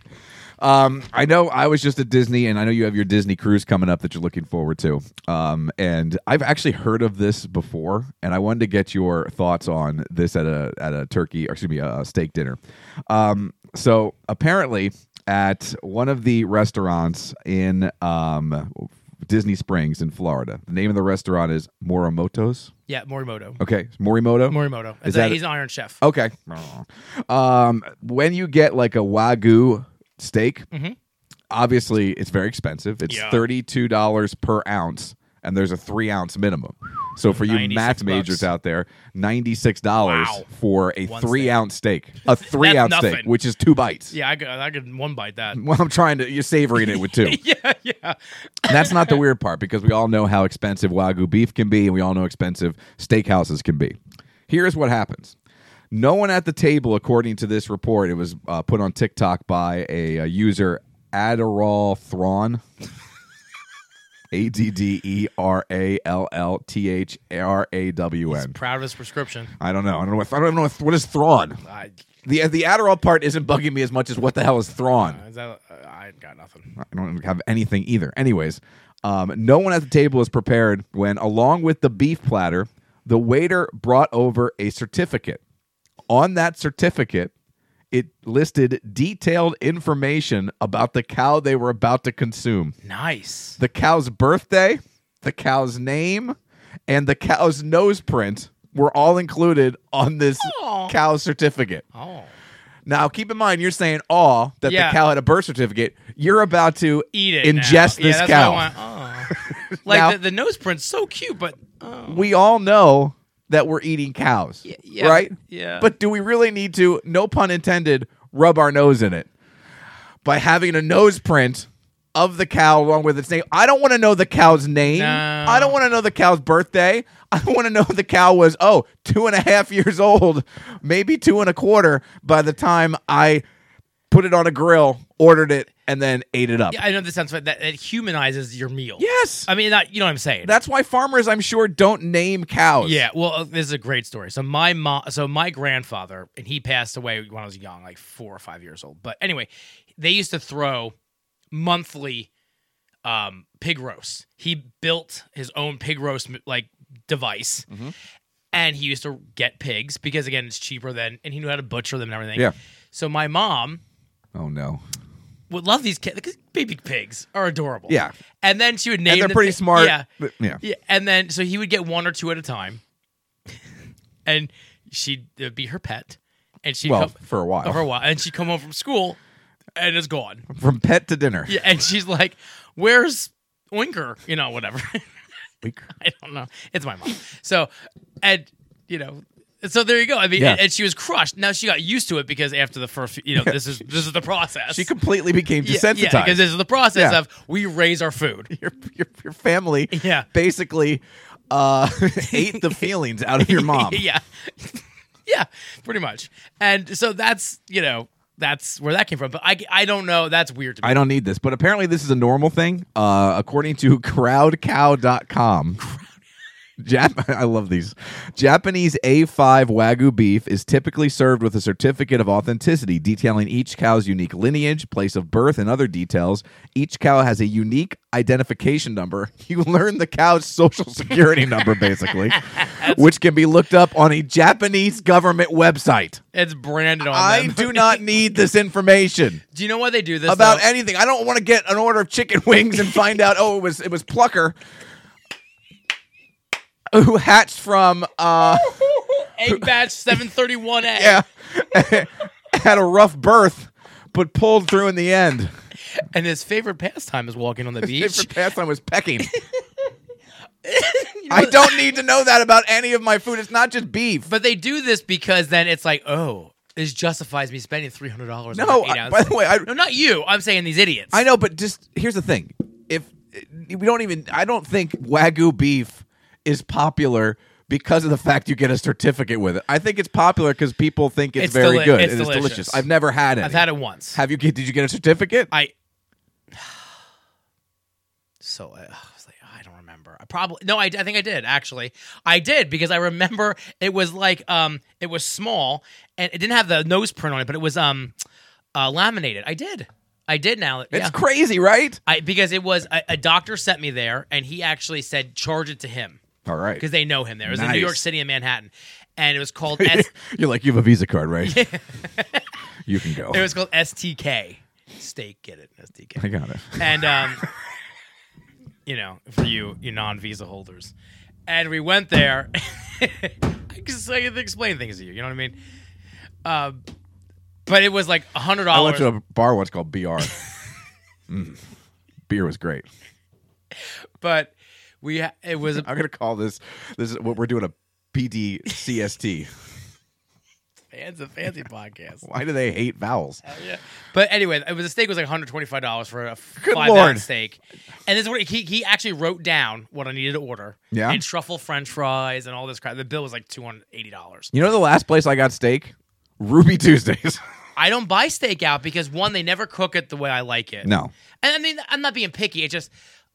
I know I was just at Disney, and I know you have your Disney cruise coming up that you're looking forward to. Um, and I've actually heard of this before, and I wanted to get your thoughts on this at a at a turkey, or excuse me, a steak dinner. Um, so apparently, at one of the restaurants in um, Disney Springs in Florida, the name of the restaurant is Morimoto's. Yeah, Morimoto. Okay, Morimoto. Morimoto. Is It's a- that- Oh. he's an Iron Chef. Okay. Um, when you get like a wagyu steak, obviously it's very expensive. It's Mm-hmm. Yeah. thirty-two dollars per ounce, and there's a three-ounce minimum. So for you 96 math majors bucks. out there, ninety-six dollars Wow. for a One three-ounce steak. a three-ounce steak, nothing. which is two bites. Yeah, I could, I could one bite that. Well, I'm trying to. You're savoring it with two. yeah, yeah. And that's not the weird part because we all know how expensive wagyu beef can be and we all know expensive steakhouses can be. Here's what happens. No one at the table, according to this report, it was uh, put on TikTok by a, uh user Adderall Thrawn. A D D E R A L L T H R A W N. Proud of his prescription. I don't know. I don't know. What, I don't even know what, what is Thrawn. I, The the Adderall part isn't bugging me as much as what the hell is Thrawn. is that, uh, I got nothing. I don't have anything either. Anyways, um, no one at the table is prepared when, along with the beef platter, the waiter brought over a certificate. On that certificate, it listed detailed information about the cow they were about to consume Nice. the cow's birthday, the cow's name, and the cow's nose print were all included on this Aw. cow certificate. Oh. Now, keep in mind, you're saying "aw" that Yeah. the cow had a birth certificate. You're about to Eat it. ingest now. this yeah, that's cow. What I want. Oh. like Now- the, the nose print's so cute, but oh. We all know that we're eating cows, yeah, right? yeah. But do we really need to? No pun intended. Rub our nose in it by having a nose print of the cow along with its name. I don't want to know the cow's name. No. I don't want to know the cow's birthday. I want to know the cow was oh two and a half years old, maybe two and a quarter by the time I put it on a grill, ordered it, and then ate it up. Yeah, I know this sounds fun. That, that humanizes your meal. Yes. I mean, not, you know what I'm saying. That's why farmers, I'm sure, don't name cows. Yeah, well, uh, this is a great story. So my mom, so my grandfather, and he passed away when I was young, like four or five years old. But anyway, they used to throw monthly um, pig roasts. He built his own pig roast like device, and he used to get pigs because again, it's cheaper than, and he knew how to butcher them and everything. Yeah. So my mom Oh no. would love these kids because baby pigs are adorable. Yeah. and then she would name. And they're the pretty pig- smart. Yeah. but- yeah. Yeah, and then so he would get one or two at a time, and she'd it'd be her pet, and she'd Well, come for a while. for a while, and she'd come home from school, and it's gone. From pet to dinner. Yeah, and she's like, "Where's Winker?" You know, whatever. I don't know. It's my mom. So, and you know. So there you go. I mean, Yeah. and, and she was crushed. Now she got used to it because after the first, few- you know, this is this is the process. She completely became yeah, desensitized. yeah, because this is the process Yeah. of we raise our food. your, your, your family Yeah. basically uh, ate the feelings out of your mom. yeah. yeah, pretty much. And so that's, you know, that's where that came from. But I, I don't know. That's weird to me. I don't need this, but apparently this is a normal thing. Uh, according to crowdcow.com, Jap- I love these. Japanese A5 Wagyu beef is typically served with a certificate of authenticity detailing each cow's unique lineage, place of birth, and other details. Each cow has a unique identification number. You learn the cow's social security number, basically, which can be looked up on a Japanese government website. it's branded on I them. do not need this information Do you know why they do this? about though? anything. I don't want to get an order of chicken wings and find out. Oh, it was it was Plucker who hatched from uh egg batch 731 egg. yeah had a rough birth, but pulled through in the end. And his favorite pastime is walking on the beach. Favorite pastime was pecking. I don't need to know that about any of my food. It's not just beef. But they do this because then it's like, oh, this justifies me spending three hundred dollars. No, on an eight I- ounce. by the way, I- no, not you. I'm saying these idiots. I know, but just here's the thing: if we don't even, I don't think wagyu beef is popular because of the fact you get a certificate with it. I think it's popular because people think it's, It's very deli- good. it's and delicious. I've never had it. I've had it once. Have you? Did you get a certificate? I so uh, I, I was like, I don't remember. I probably no. I, I think I did actually. I did because I remember it was like um, it was small and it didn't have the nose print on it, but it was um, uh, laminated. I did. I did now. it's yeah. crazy, right? I because it was a, a doctor sent me there and he actually said charge it to him All right. because they know him there. It was in New Nice. York City and Manhattan, and it was called S- You're like you have a Visa card, right? you can go. it was called STK steak. Get it STK. I got it. and um, you know, for you, you non-visa holders. And we went there. I just I can explain things to you. You know what I mean? Uh, but it was like a hundred I went dollars. to a bar once called BR. Mm. Beer was great. But we ha- it was I'm gonna call this. This is what we're doing a PDCST. it's a fancy podcast. Why do they hate vowels? But anyway, it was the steak was like one hundred twenty five dollars for a Good five lord. ounce steak. And this is what he he actually wrote down what I needed to order. Yeah. and truffle French fries and all this crap. The bill was like two hundred eighty dollars. You know the last place I got steak? Ruby Tuesdays. I don't buy steak out because one, they never cook it the way I like it. No. and I mean I'm not being picky. It's just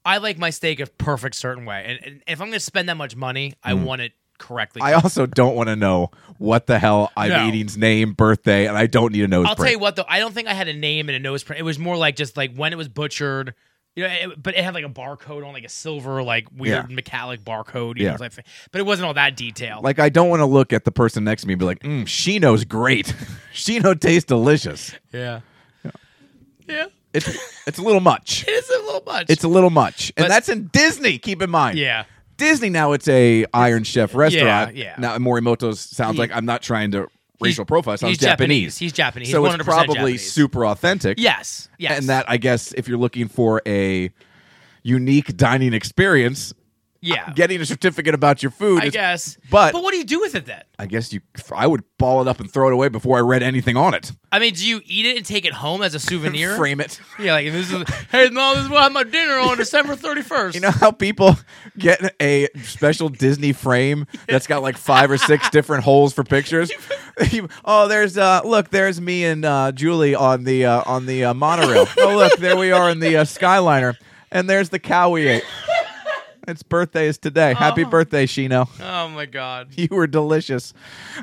I like my steak a perfect certain way, and, and if I'm going to spend that much money, I want it correctly. Mm. I also don't want to know what the hell I'm No. eating's name, birthday, and I don't need a nose I'll tell print. you what though, I don't think I had a name and a nose print. It was more like just like when it was butchered. You know, it, but it had like a barcode on, like a silver, like weird Yeah. metallic barcode, you Yeah. know, type thing. But it wasn't all that detailed. like I don't want to look at the person next to me and be like, mm, she knows great. she know tastes delicious. yeah, yeah, It's it's a little much. it is a little much. It's a little much. And But- that's in Disney, keep in mind. yeah, Disney now it's a Iron Chef restaurant. yeah. Now Morimoto sounds He- like I'm not trying to racial He's- profile. Sounds he's Japanese. He's Japanese. So He's it's 100% probably Japanese. super authentic. yes, yes, And that, I guess, if you're looking for a unique dining experience, Yeah. getting a certificate about your food. I is- guess. but- but what do you do with it then? I guess you. I would ball it up and throw it away before I read anything on it. I mean, do you eat it and take it home as a souvenir? Frame it. Yeah, like this is. Hey, mom, this is why I had my dinner on December thirty first. You know how people get a special Disney frame that's got like five or six different holes for pictures. You- oh, there's uh, look, there's me and uh, Julie on the uh, on the uh, monorail. oh, look, there we are in the uh, Skyliner, and there's the cow we ate. Its birthday is today. Happy birthday, Shino. oh my god. You were delicious.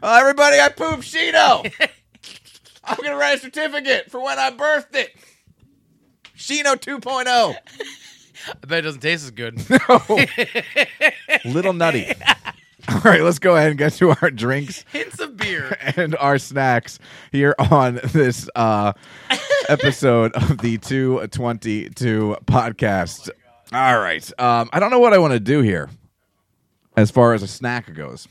Uh, everybody, I pooped Shino. I'm gonna write a certificate for when I birthed it. Shino 2.0. I bet it doesn't taste as good. little nutty. All right, let's go ahead and get to our drinks Hints of beer. and our snacks here on this uh, episode of the 222 podcast. All right. Um, I don't know what I want to do here as far as a snack goes.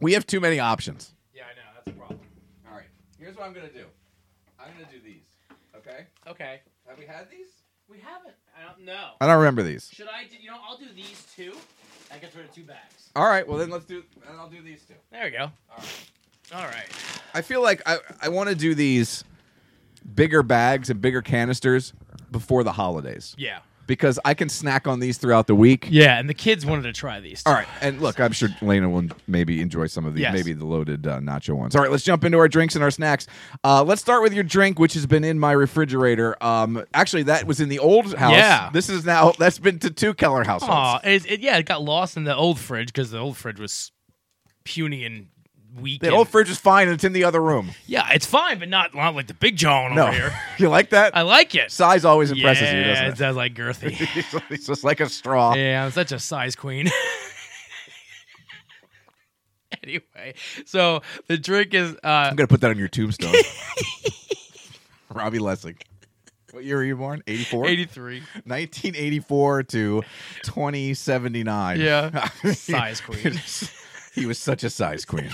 We have too many options. Yeah, I know that's a problem. All right. Here's what I'm going to do I'm going to do these. Okay? Okay, Have we had these? we haven't. I don't know. I don't remember these. Should I? Do, you know, I'll do these two. That gets rid of two bags. All right. Well, then let's do, and I'll do these two. There we go. All right. I feel like I, I want to do these bigger bags and bigger canisters before the holidays Yeah. because I can snack on these throughout the week. Yeah, and the kids wanted to try these. All right, and look, I'm sure Lena will maybe enjoy some of these, Yes. maybe the loaded uh, nacho ones. All right, let's jump into our drinks and our snacks. Uh, let's start with your drink, which has been in my refrigerator. Um, actually, that was in the old house. Yeah. this is now that's been to two Keller households. Aw, it, it, yeah, it got lost in the old fridge because the old fridge was puny and weak. the and- old fridge is fine, and it's in the other room. Yeah, it's fine, but not, not like the big John No, over here. you like that? I like it. Size always impresses yeah, you, doesn't it does like girthy. it? it's just like a straw. yeah, I'm such a size queen. anyway, so the drink is uh, I'm gonna put that on your tombstone. Robbie Lessig. What year were you born? 84? 83. 1984 to 2079. Yeah. Size queen. he was such a size queen.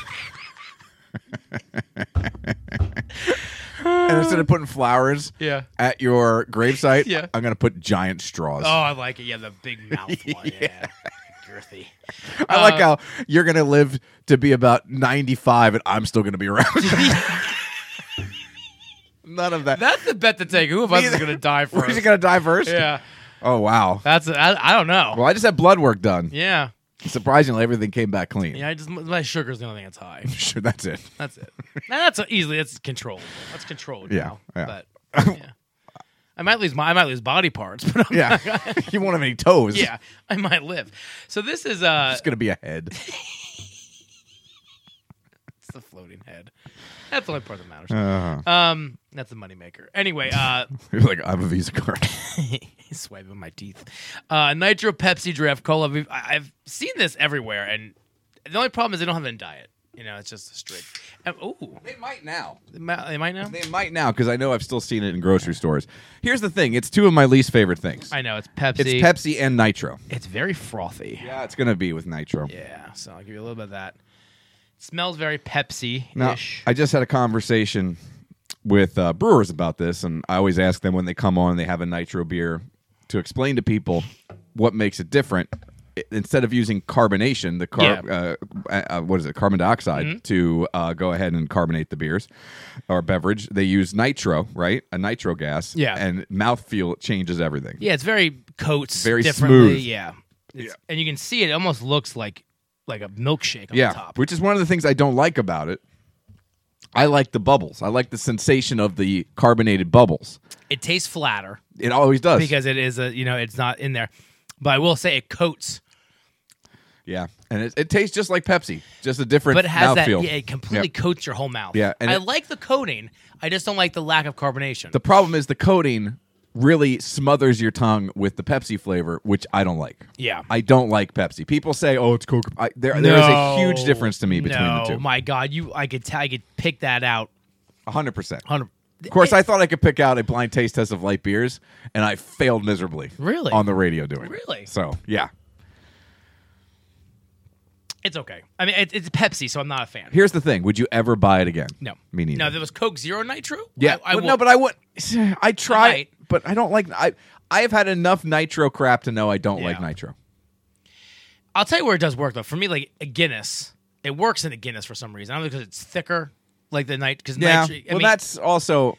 and instead of putting flowers Yeah. at your gravesite, Yeah. I'm going to put giant straws. Oh, I like it. Yeah, the big mouth one. Yeah. Girthy. I like uh, how you're going to live to be about 95 and I'm still going to be around. None of that. That's the bet to take. Who of us is going to die We're first? just going to die first? yeah. Oh, wow. That's, I, I don't know. Well, I just had blood work done. Yeah. Surprisingly, everything came back clean. Yeah, I just my sugar's the only thing that's high. Sure, that's it. That's it. Now, that's easily that's controllable. That's controlled. Yeah, now, yeah. But yeah. I might lose my I might lose body parts, but I'm, Yeah. you won't have any toes. yeah, I might live. So this is uh It's going to be a head. it's the floating head. That's the only part that matters. Uh-huh. Um, that's the moneymaker. Anyway, uh, You're like, I have a Visa card. he's swiping my teeth. Uh, Nitro Pepsi Draft Cola. We've, I, I've seen this everywhere, and the only problem is they don't have it in diet. You know, it's just a straight. Um, oh, they might now. they might they might know. They might now because I know I've still seen it in grocery stores. Here's the thing it's two of my least favorite things I know it's Pepsi. it's Pepsi and Nitro. It's very frothy. Yeah, it's going to be with Nitro. Yeah, so I'll give you a little bit of that. It smells very Pepsi Now, ish. I just had a conversation with uh, brewers about this, and I always ask them when they come on, they have a nitro beer to explain to people what makes it different. I- Instead of using carbonation, the car, Yeah. Mm-hmm. uh, uh, what is it, carbon dioxide to uh, go ahead and carbonate the beers or beverage, they use nitro, right? A nitro gas. Yeah. And mouthfeel changes everything. Yeah, it's very coats Very differently. smooth. Yeah. It's, And you can see it almost looks like like a milkshake on yeah. the top. Which is one of the things I don't like about it. I like the bubbles. I like the sensation of the carbonated bubbles. It tastes flatter It always does. because it is a you know, it's not in there. But I will say it coats, Yeah, and it, it tastes just like Pepsi, just a different but it has that mouthfeel. yeah, it completely Yeah. coats your whole mouth. Yeah, and I it- like the coating. I just don't like the lack of carbonation. the problem is the coating really smothers your tongue with the Pepsi flavor, which I don't like. Yeah. I don't like Pepsi. People say, "Oh, it's Coke." I, there, there is a huge No. difference to me between no, the two. My God, you I could t- I could pick that out One hundred percent. hundred Of course, I thought I could pick out a blind taste test of light beers, and I failed miserably. Really? On the radio doing it. Really? So yeah. it's okay. I mean it, it's Pepsi, so I'm not a fan. Here's the thing: Would you ever buy it again? No, me neither. No, there was Coke Zero Nitro. Yeah, I, I but will- no, but I would. I I try, might. but I don't like. I I have had enough nitro crap to know I don't like Yeah. nitro. I'll tell you where it does work though. For me, like a Guinness, it works in a Guinness for some reason. I don't know because it's thicker, like the night. Because Yeah. Nitri- I well, mean, that's also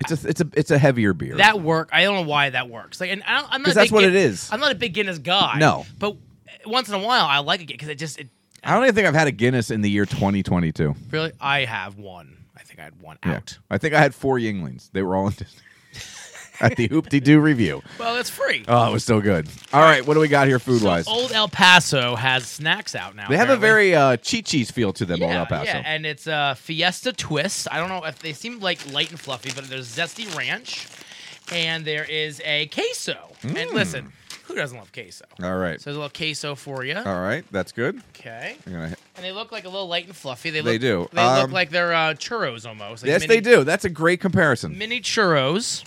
it's a it's a it's a heavier beer. that work. I don't know why that works. Like, and I don't, I'm not. 'Cause a that's big what Guin- it is. I'm not a big Guinness guy. No. but eh, once in a while I like it because it just it I don't even think I've had a Guinness in the year 2022. really. I have one. I think I had one Yeah. out. I think I had four Yinglings. They were all in Disney. At the Hoopty Doo review. Well, it's free. Oh, it was so good. All right, what do we got here food So wise? Old El Paso has snacks out now. they have a apparently. very uh, Chi-Chi's feel to them, Old Yeah, El Paso. Yeah, and it's a Fiesta Twist. I don't know if they seem like light and fluffy, but there's Zesty Ranch, and there is a queso. And listen, who doesn't love queso? Mm. all right. Uh, So there's a little queso for you. all right, that's good. Okay. I'm gonna- And they look like a little light and fluffy. They, They look, do. They Um, look like they're uh, churros almost. like yes, mini- they do. That's a great comparison. Mini churros,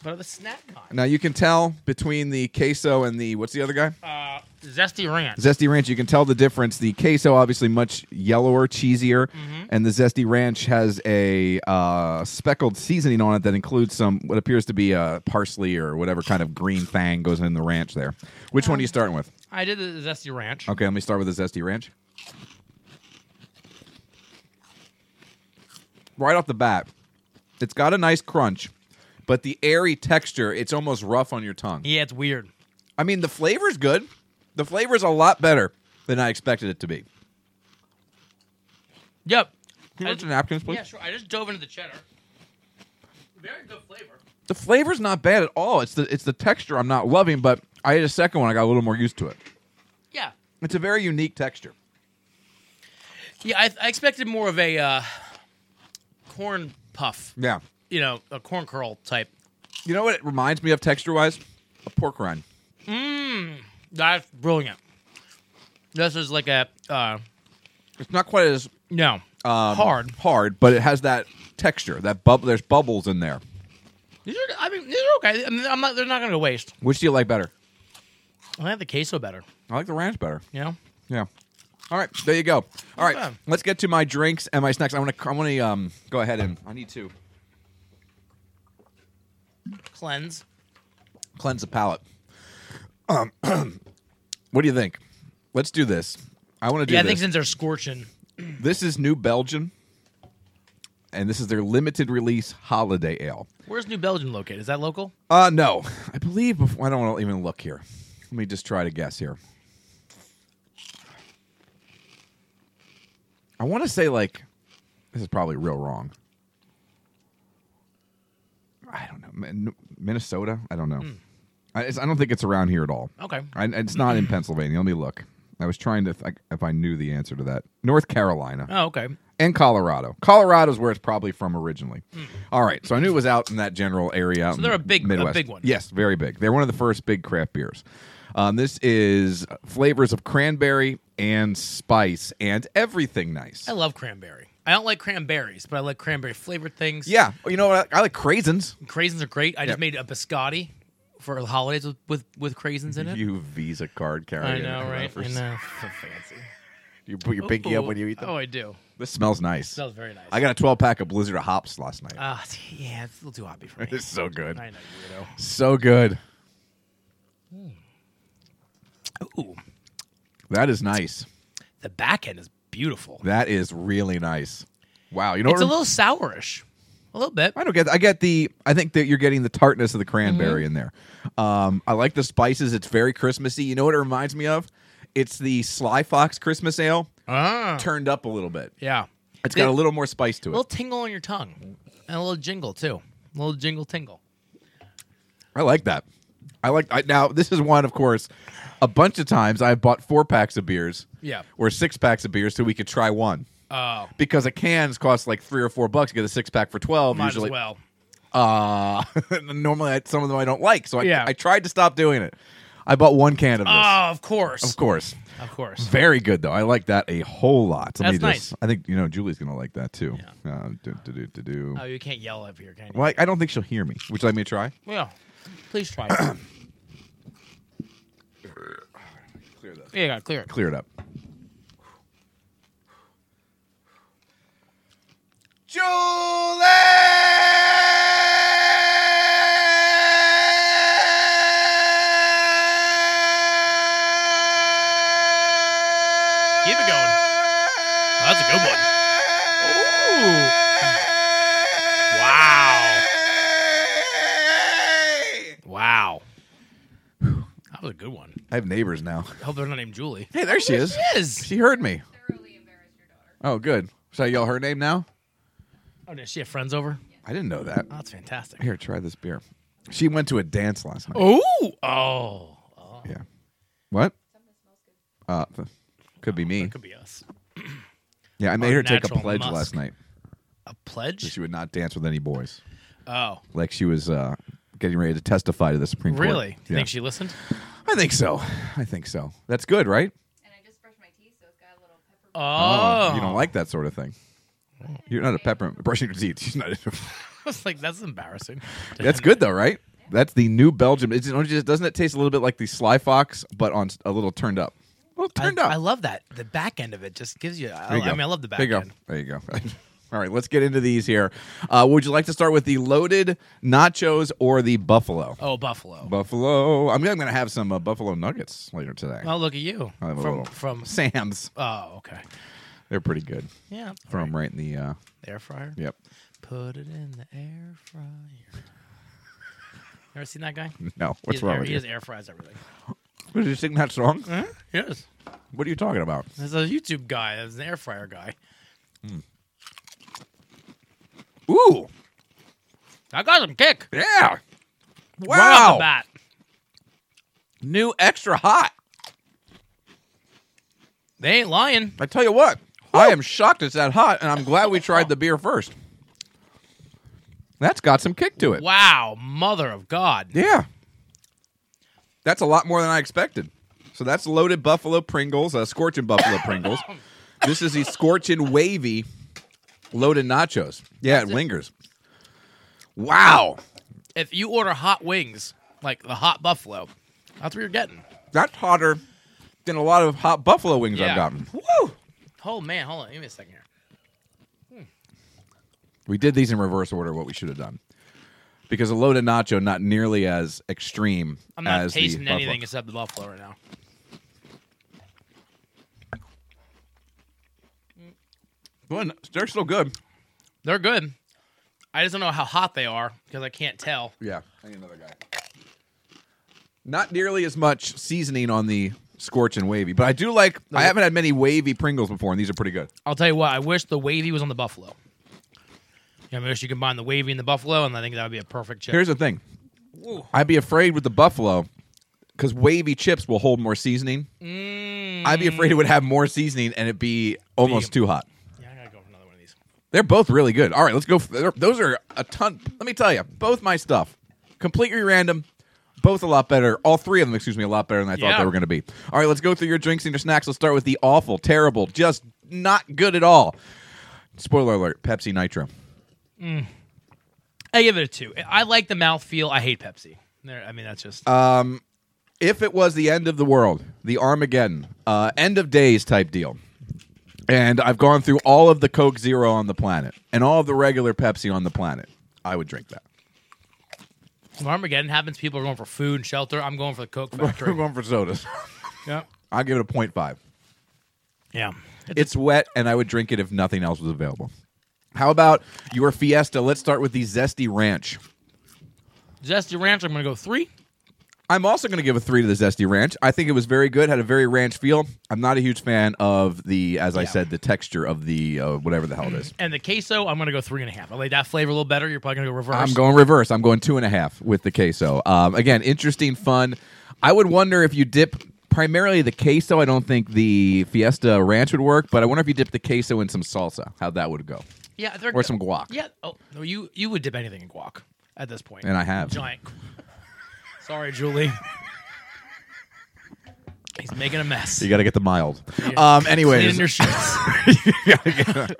but of the snack kind. Now you can tell between the queso and the what's the other guy? Uh, Zesty Ranch. Zesty Ranch. You can tell the difference. The queso obviously much yellower, cheesier, and the Zesty Ranch has a uh, speckled seasoning on it that includes some what appears to be uh, parsley or whatever kind of green thing goes in the ranch there. Which one are you starting with? I did the Zesty Ranch. Okay, let me start with the Zesty Ranch. Right off the bat, it's got a nice crunch, but the airy texture, it's almost rough on your tongue. Yeah, it's weird. I mean, the flavor's good. The flavor's a lot better than I expected it to be. Yep. Can I you reach just- the napkins, please? Yeah, sure. I just dove into the cheddar. Very good flavor. The flavor's not bad at all. It's the it's the texture I'm not loving, but I ate a second one. I got a little more used to it. Yeah. It's a very unique texture. Yeah, I, I expected more of a uh, corn puff, Yeah. you know, a corn curl type. You know what it reminds me of texture wise? A pork rind. That's brilliant. This is like a uh, It's not quite as no um, hard. hard, but it has that texture. That bub. There's bubbles in there. These are, I mean, these are okay. I mean, I'm not. They're not going to waste. Which do you like better? I like the queso better. I like the ranch better. You know. Yeah. All right, there you go. All right, Okay. let's get to my drinks and my snacks. I want to. I want to um, go ahead and I need to cleanse. cleanse the palate. Um, what do you think? Let's do this. I want to do yeah, I think this. since they're scorching, this is New Belgian, and this is their limited release holiday ale. where's New Belgium located? Is that local? Uh no, I believe. Before, I don't want to even look here. Let me just try to guess here. I want to say like this is probably real wrong. I don't know Min- Minnesota. I don't know. I, it's, I don't think it's around here at all. Hmm. Okay. I, it's not in Pennsylvania. Let me look. I was trying to th- if I knew the answer to that. North Carolina Oh, okay. and Colorado. Colorado's where it's probably from originally. All right, so I knew it was out in that general area. out in Hmm. they're a the big- a Midwest. big one. Yes, very big. They're one of the first big craft beers. Um, this is flavors of cranberry and spice and everything nice. I love cranberry. I don't like cranberries, but I like cranberry flavored things. Yeah, Oh, you know what? I, I like craisins. Craisins are great. I Yeah. just made a biscotti for the holidays with, with, with craisins in it. You Visa card carrier. I know, right? I know. So fancy. You put your pinky up when you eat them. Oh, I do. This smells nice. Smells very nice. I got a 12 pack of Blizzard of hops last night. Ah, t- yeah, it's a little too hoppy for me. it's so good. I know, weirdo. So good. Ooh, That is nice. the back end is beautiful. That is really nice. Wow. You know It's what? a rem- little sourish, a little bit. I don't get. I get the. I think that you're getting the tartness of the Mm-hmm. cranberry in there. Um, I like the spices. It's very Christmassy. You know what it reminds me of? It's the Sly Fox Christmas Ale Ah, turned up a little bit. yeah. It's got a little more spice to little it. tingle on your tongue, and a little jingle too. A little jingle tingle. I like that. I like. I, now this is one, of course. A bunch of times I've bought four packs of beers. Yeah. Or six packs of beers so we could try one. Oh, Because a can's cost like three or four bucks. You get a six pack for twelve. might usually, as well. Uh, normally I, some of them I don't like, so I, Yeah. I tried to stop doing it. I bought one can of this. Oh, of course, Of course. of course. Very good though. I like that a whole lot. Let me That's just, I think you know Julie's gonna like that too. Uh, do, do, do, do, do. Oh, you can't yell up here, can you? Well, I, I don't think she'll hear me. Would you like me to try? Yeah. Please try it. Clear that. yeah, you gotta clear it. Clear it up. Julie! that's a good one. Ooh. Wow. Wow. That was a good one. I have neighbors now. I hope they're not named Julie. Hey, there she is. She is. She heard me. Oh, good. Should I yell her name now? Oh, did she have friends over? I didn't know that. Oh, that's fantastic. Here, try this beer. She went to a dance last night. Ooh. Oh. Oh. Yeah. What? Uh, th- could be me. Oh, That could be us. Yeah, I made Our her take a natural pledge musk. last night. A that pledge? She would not dance with any boys. Oh. Like she was uh, getting ready to testify to the Supreme Court. Really? You Yeah. think she listened? I think so. I think so. That's good, right? And I just brushed my teeth, so it's got a little pepper. Oh. You don't like that sort of thing. You're not a peppermint brushing your teeth. She's not. It's like that's embarrassing. That's good though, right? That's the new Belgium. It's, it just doesn't it taste a little bit like the Sly Fox, but on s- a little turned up. Well, I, turned up. I love that. The back end of it just gives you. I, There you I go. mean, I love the back There you go. end. There you go. All right, let's get into these here. Uh, would you like to start with the loaded nachos or the buffalo? Oh, Buffalo. Buffalo. I'm, going to have some uh, buffalo nuggets later today. oh, look at you. I'll have a From little- from. Sam's. Oh, okay. They're pretty good. Yeah. Throw 'em right in the. Uh, Air fryer. yep. Put it in the air fryer. Ever seen that guy? No. What's He's wrong air, with he you? just air fries everything. What, Did you sing that song? Hmm? Yes. What are you talking about? There's a YouTube guy. There's an air fryer guy. Ooh. I got some kick. Yeah. Right off Wow. the bat. New extra hot. They ain't lying. I tell you what, I am shocked it's that hot, and I'm glad we tried the beer first. That's got some kick to it. Wow, mother of God. Yeah. That's a lot more than I expected. So that's loaded Buffalo Pringles, uh, scorching Buffalo Pringles. This is the scorching wavy loaded nachos. Yeah, it lingers. Wow. If you order hot wings, like the hot buffalo, that's what you're getting. That's hotter than a lot of hot buffalo wings Yeah. I've gotten. Woo! Oh man, hold on, give me a second here. We did these in reverse order, what we should have done. Because a loaded nacho, not nearly as extreme I'm not as tasting the anything buffalo. except the buffalo right now. Well, they're still good. They're good. I just don't know how hot they are because I can't tell. Yeah, I need another guy. Not nearly as much seasoning on the scorch and wavy, but I do like. I haven't had many wavy Pringles before, and these are pretty good. I'll tell you what, I wish the wavy was on the buffalo. Yeah, I wish you combine the wavy and the buffalo, and I think that would be a perfect chip. Here's the thing: I'd be afraid with the buffalo because wavy chips will hold more seasoning. Mm. I'd be afraid it would have more seasoning and it'd be almost too hot. yeah, I gotta go for another one of these. They're both really good. All right, let's go. f- they're- Those are a ton. Let me tell you, both my stuff, completely random. Both a lot better. All three of them, excuse me, a lot better than I thought Yeah. they were going to be. All right, let's go through your drinks and your snacks. Let's start with the awful, terrible, just not good at all. Spoiler alert: Pepsi Nitro. I give it a two. I like the mouthfeel. I hate Pepsi. There, I mean, that's just. Uh, If it was the end of the world, the Armageddon, uh, end of days type deal, and I've gone through all of the Coke Zero on the planet and all of the regular Pepsi on the planet, I would drink that. when Armageddon happens, people are going for food and shelter. I'm going for the Coke We're factory. going for sodas. yeah. I'll give it a point five. Yeah. It's wet, and I would drink it if nothing else was available. How about your Fiesta? Let's start with the Zesty Ranch. Zesty Ranch, I'm going to go three. I'm also going to give a three to the Zesty Ranch. I think it was very good, had a very ranch feel. I'm not a huge fan of the, as I said, the texture of the uh, whatever the hell it is. And the queso, I'm going to go three and a half. I like that flavor a little better. You're probably going to go reverse. I'm going reverse. I'm going two and a half with the queso. Um, again, interesting, fun. I would wonder if you dip primarily the queso. I don't think the Fiesta Ranch would work, but I wonder if you dip the queso in some salsa, how that would go. Yeah, they're Or some guac. Yeah. Oh no, you you would dip anything in guac at this point. And I have. giant. gu- Sorry, Julie. He's making a mess. You got to get the mild. Yeah. Um, Clean anyways, in your shoes.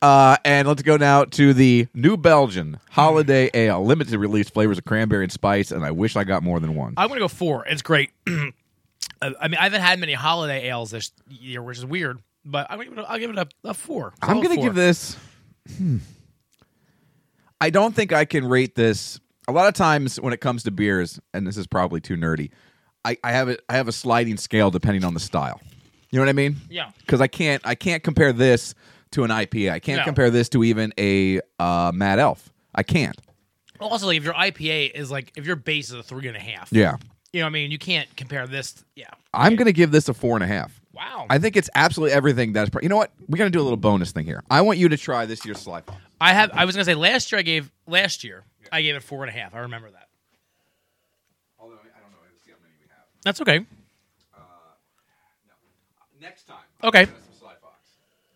uh, and let's go now to the New Belgian Holiday Ale, limited release flavors of cranberry and spice. And I wish I got more than one. I'm gonna go four. It's great. I I mean, I haven't had many holiday ales this year, which is weird. But I'm gonna, I'll give it a, a four. I'm Solid going to four. give this. hmm. I don't think I can rate this. A lot of times when it comes to beers, and this is probably too nerdy, I, I have a, I have a sliding scale depending on the style. You know what I mean? Yeah. Because I can't I can't compare this to an IPA. I can't No. compare this to even a uh, Mad Elf. I can't. Also, like if your IPA is like if your base is a three and a half, Yeah. you know what I mean. You can't compare this. Yeah, I'm gonna give this a four and a half. wow. I think it's absolutely everything that's. Pro- you know what? We're gonna do a little bonus thing here. I want you to try this year's slide. I have. I was gonna say last year I gave last year I gave it four and a half. I remember that. Although I don't know how many we have. That's okay. Next time. Okay. gonna Some slide box,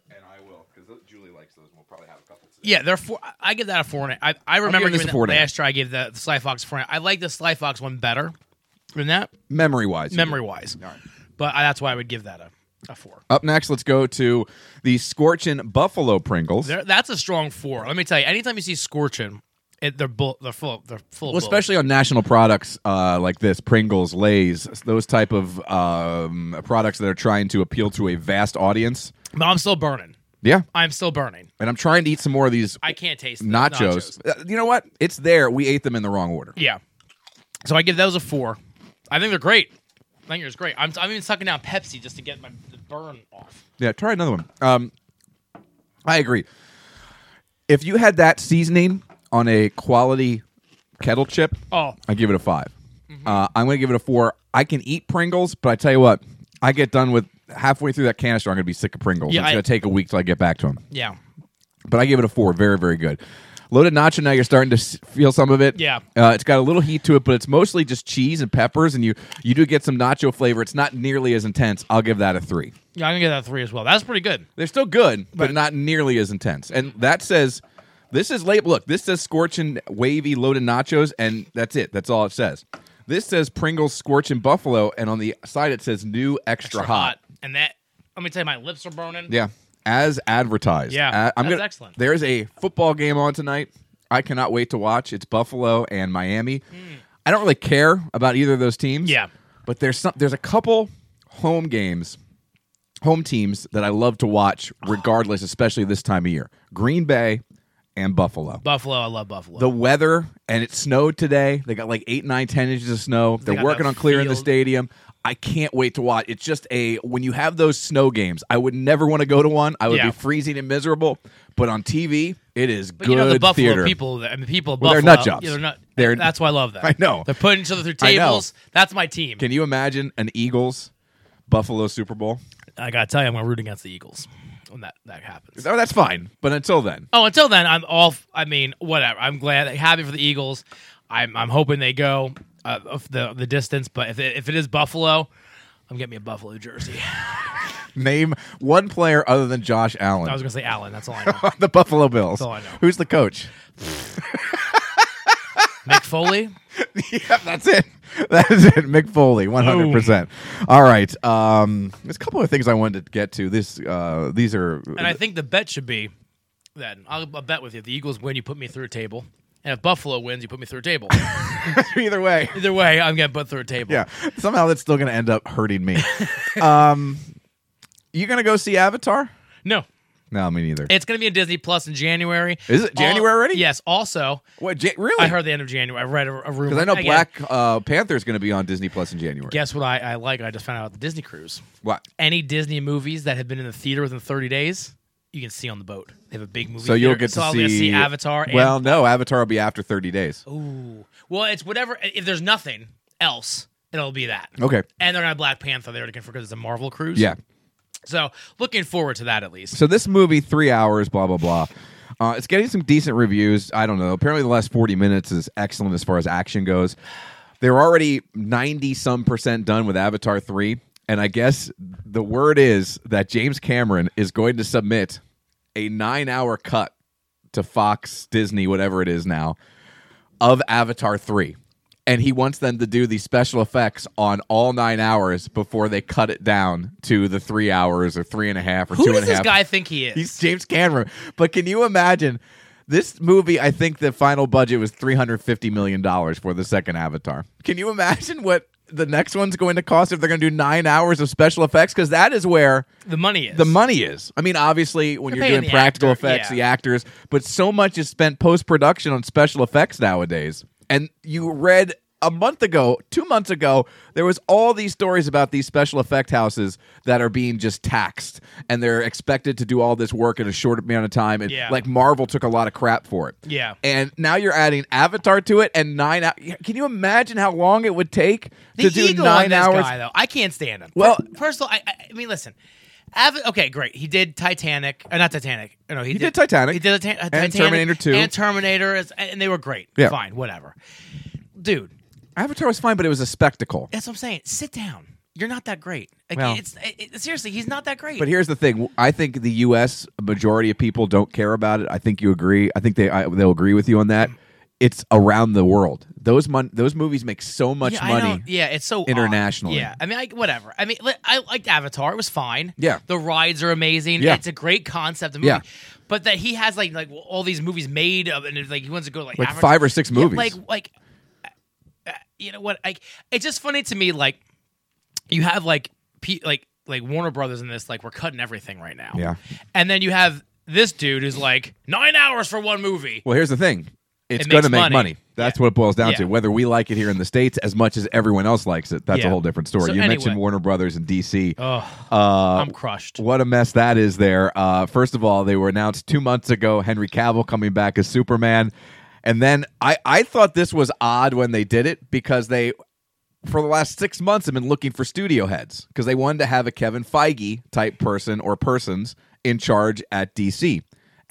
and I will because Julie likes those. and We'll probably have a couple. Yeah, they're four. I- I give that a four and a, I, I remember giving this doing a that four and a half. last year. I gave the, the Sly Fox four. And a, I like the Sly Fox one better than that, Memory wise. memory wise. But I, that's why I would give that a, a four. Up next, let's go to the scorching buffalo Pringles. There- that's a strong four. Let me tell you. Anytime you see scorching, it, they're bull, they're full. They're full. well, of bull. especially on national products uh, like this, Pringles, Lay's, those type of um, products that are trying to appeal to a vast audience. But I'm still burning. Yeah, I'm still burning. and I'm trying to eat some more of these I can't taste the nachos. Uh, You know what? It's there. We ate them in the wrong order. Yeah. So I give those a four. I think they're great. I think it's great. I'm, I'm even sucking down Pepsi just to get my the burn off. Yeah, try another one. Um, I agree. If you had that seasoning on a quality kettle chip, Oh. Mm-hmm. I give it a 5 Uh, I'm going to give it a four. I can eat Pringles, but I tell you what, I get done with halfway through that canister, I'm going to be sick of Pringles. Yeah, it's I- going to take a week till I get back to them. Yeah. But I give it a four. Very, very good. Loaded nacho. Now you're starting to s- feel some of it. Yeah. uh, it's got a little heat to it, but it's mostly just cheese and peppers, and you you do get some nacho flavor. It's not nearly as intense. I'll give that a three. Yeah, I'm gonna get that a three as well. That's pretty good. They're still good, but not nearly as intense. And that says this is late. Look, this says scorching wavy loaded nachos, and that's it. That's all it says. This says Pringles scorching buffalo, and on the side it says new extra, Extra hot. And that let me tell you, my lips are burning. Yeah, as advertised. Yeah, Uh, I'm that's gonna, excellent. There's a football game on tonight. I cannot wait to watch. It's Buffalo and Miami. I don't really care about either of those teams. Hmm. Yeah. but there's some. There's a couple home games, home teams that I love to watch, regardless, Oh. especially this time of year. Green Bay and Buffalo. Buffalo, I love Buffalo. the weather and it snowed today. They got like eight, nine, ten inches of snow. They're got working that on clearing the field. stadium. I can't wait to watch. It's just a when you have those snow games, I would never want to go to one. I would Yeah. be freezing and miserable. But on TV, it is but good you know the Buffalo theater. people. I mean, people. Of Well, they're Buffalo, nut jobs. Yeah, they're not. They're- that's why I love that. I know. They're putting each other through I know. tables. That's my team. Can you imagine an Eagles Buffalo Super Bowl? I gotta tell you, I'm gonna root against the Eagles when that that happens. Oh, that's fine. But until then, Oh, until then, I'm all. f- I mean, whatever. I'm glad, happy for the Eagles. I'm I'm hoping they go uh, of the the distance. But if it, if it is Buffalo, I'm getting me a Buffalo jersey. name one player other than Josh Allen. I was gonna say Allen. That's all I know. the Buffalo Bills. all I know. Who's the coach? Mick Foley. Yep, that's it. That is it. Mick Foley, one hundred percent. All right. Um, there's a couple of things I wanted to get to. This, uh, these are. And I think the bet should be then I'll, I'll bet with you. If the Eagles win, you put me through a table. And if Buffalo wins, you put me through a table. either way, Either way, I'm getting put through a table. yeah. Somehow that's still going to end up hurting me. um, you going to go see Avatar? No, No, me neither. it's going to be in Disney Plus in January. Is it January already? Yes. Also, what? Ja- really? I heard the end of January. I read a, a rumor. because I know Again, Black uh, Panther is going to be on Disney Plus in January. Guess what I, I like? I just found out the Disney cruise. What? Any Disney movies that have been in the theater within 30 days, you can see on the boat. They have a big movie. So you'll theater. get to so I'll see, get to see Avatar. And, Well, no, Avatar will be after thirty days. ooh. well, it's whatever. If there's nothing else, it'll be that. Okay. And they're not Black Panther. They already confirmed because it's a Marvel cruise. Yeah. So looking forward to that at least. So this movie, three hours, blah blah blah. Uh, it's getting some decent reviews. I don't know. Apparently, the last forty minutes is excellent as far as action goes. They're already ninety some percent done with Avatar three, and I guess the word is that James Cameron is going to submit a nine hour cut to Fox, Disney, whatever it is now, of Avatar three. And he wants them to do the special effects on all nine hours before they cut it down to the three hours or three and a half or Who two and a half. does this guy think he is? He's James Cameron. But can you imagine this movie? I think the final budget was three hundred fifty million dollars for the second Avatar. Can you imagine what the next one's going to cost if they're going to do nine hours of special effects? Because that is where the money is the money is. I mean, obviously, when you're paying doing the practical actor, effects, yeah. the actors, but so much is spent post production on special effects nowadays. And you read a month ago, two months ago, there was all these stories about these special effect houses that are being just taxed and they're expected to do all this work in a short amount of time. And Yeah. like Marvel took a lot of crap for it. Yeah. And now you're adding Avatar to it and nine hours. Can you imagine how long it would take the to do eagle nine on this hours? guy, though. I can't stand him. Well- Well, first of all, I, I- I mean, listen. Av- okay, great. He did Titanic, uh, not Titanic. No, he, He did Titanic. He did a ta- a And Titanic Terminator 2. and Terminator, is- and they were great. Yeah. fine, whatever. Dude, Avatar was fine, but it was a spectacle. that's what I'm saying. Sit down. You're not that great. Like, Well- it's it, it- seriously, he's not that great. But here's the thing: I think the U.S. majority of people don't care about it. I think you agree. I think they I, they'll agree with you on that. It's around the world. Those mon- those movies make so much yeah, I money. don't- yeah, it's so odd. internationally. Yeah, I mean, I, whatever. I mean, li- I liked Avatar; it was fine. Yeah. the rides are amazing. Yeah. it's a great concept. Of movie. Yeah. but that he has like like all these movies made of, and it's like he wants to go like Like Avatar- five or six Yeah, movies. like like uh, uh, you know what? Like it's just funny to me. Like you have like pe- like like Warner Brothers in this. Like we're cutting everything right now. Yeah. and then you have this dude who's like nine hours for one movie. Well, here's the thing: it's It going to makes make money. money. That's what it boils down Yeah. to. Whether we like it here in the states as much as everyone else likes it, that's a Yeah. whole different So story. you anyway. mentioned Warner Brothers and Uh, DC. Oh, I'm crushed. What a mess that is there. Uh, first of all, they were announced two months ago Henry Cavill coming back as Superman. And then I, I thought this was odd when they did it because they, for the last six months, have been looking for studio heads because they wanted to have a Kevin Feige type person or persons in charge at DC.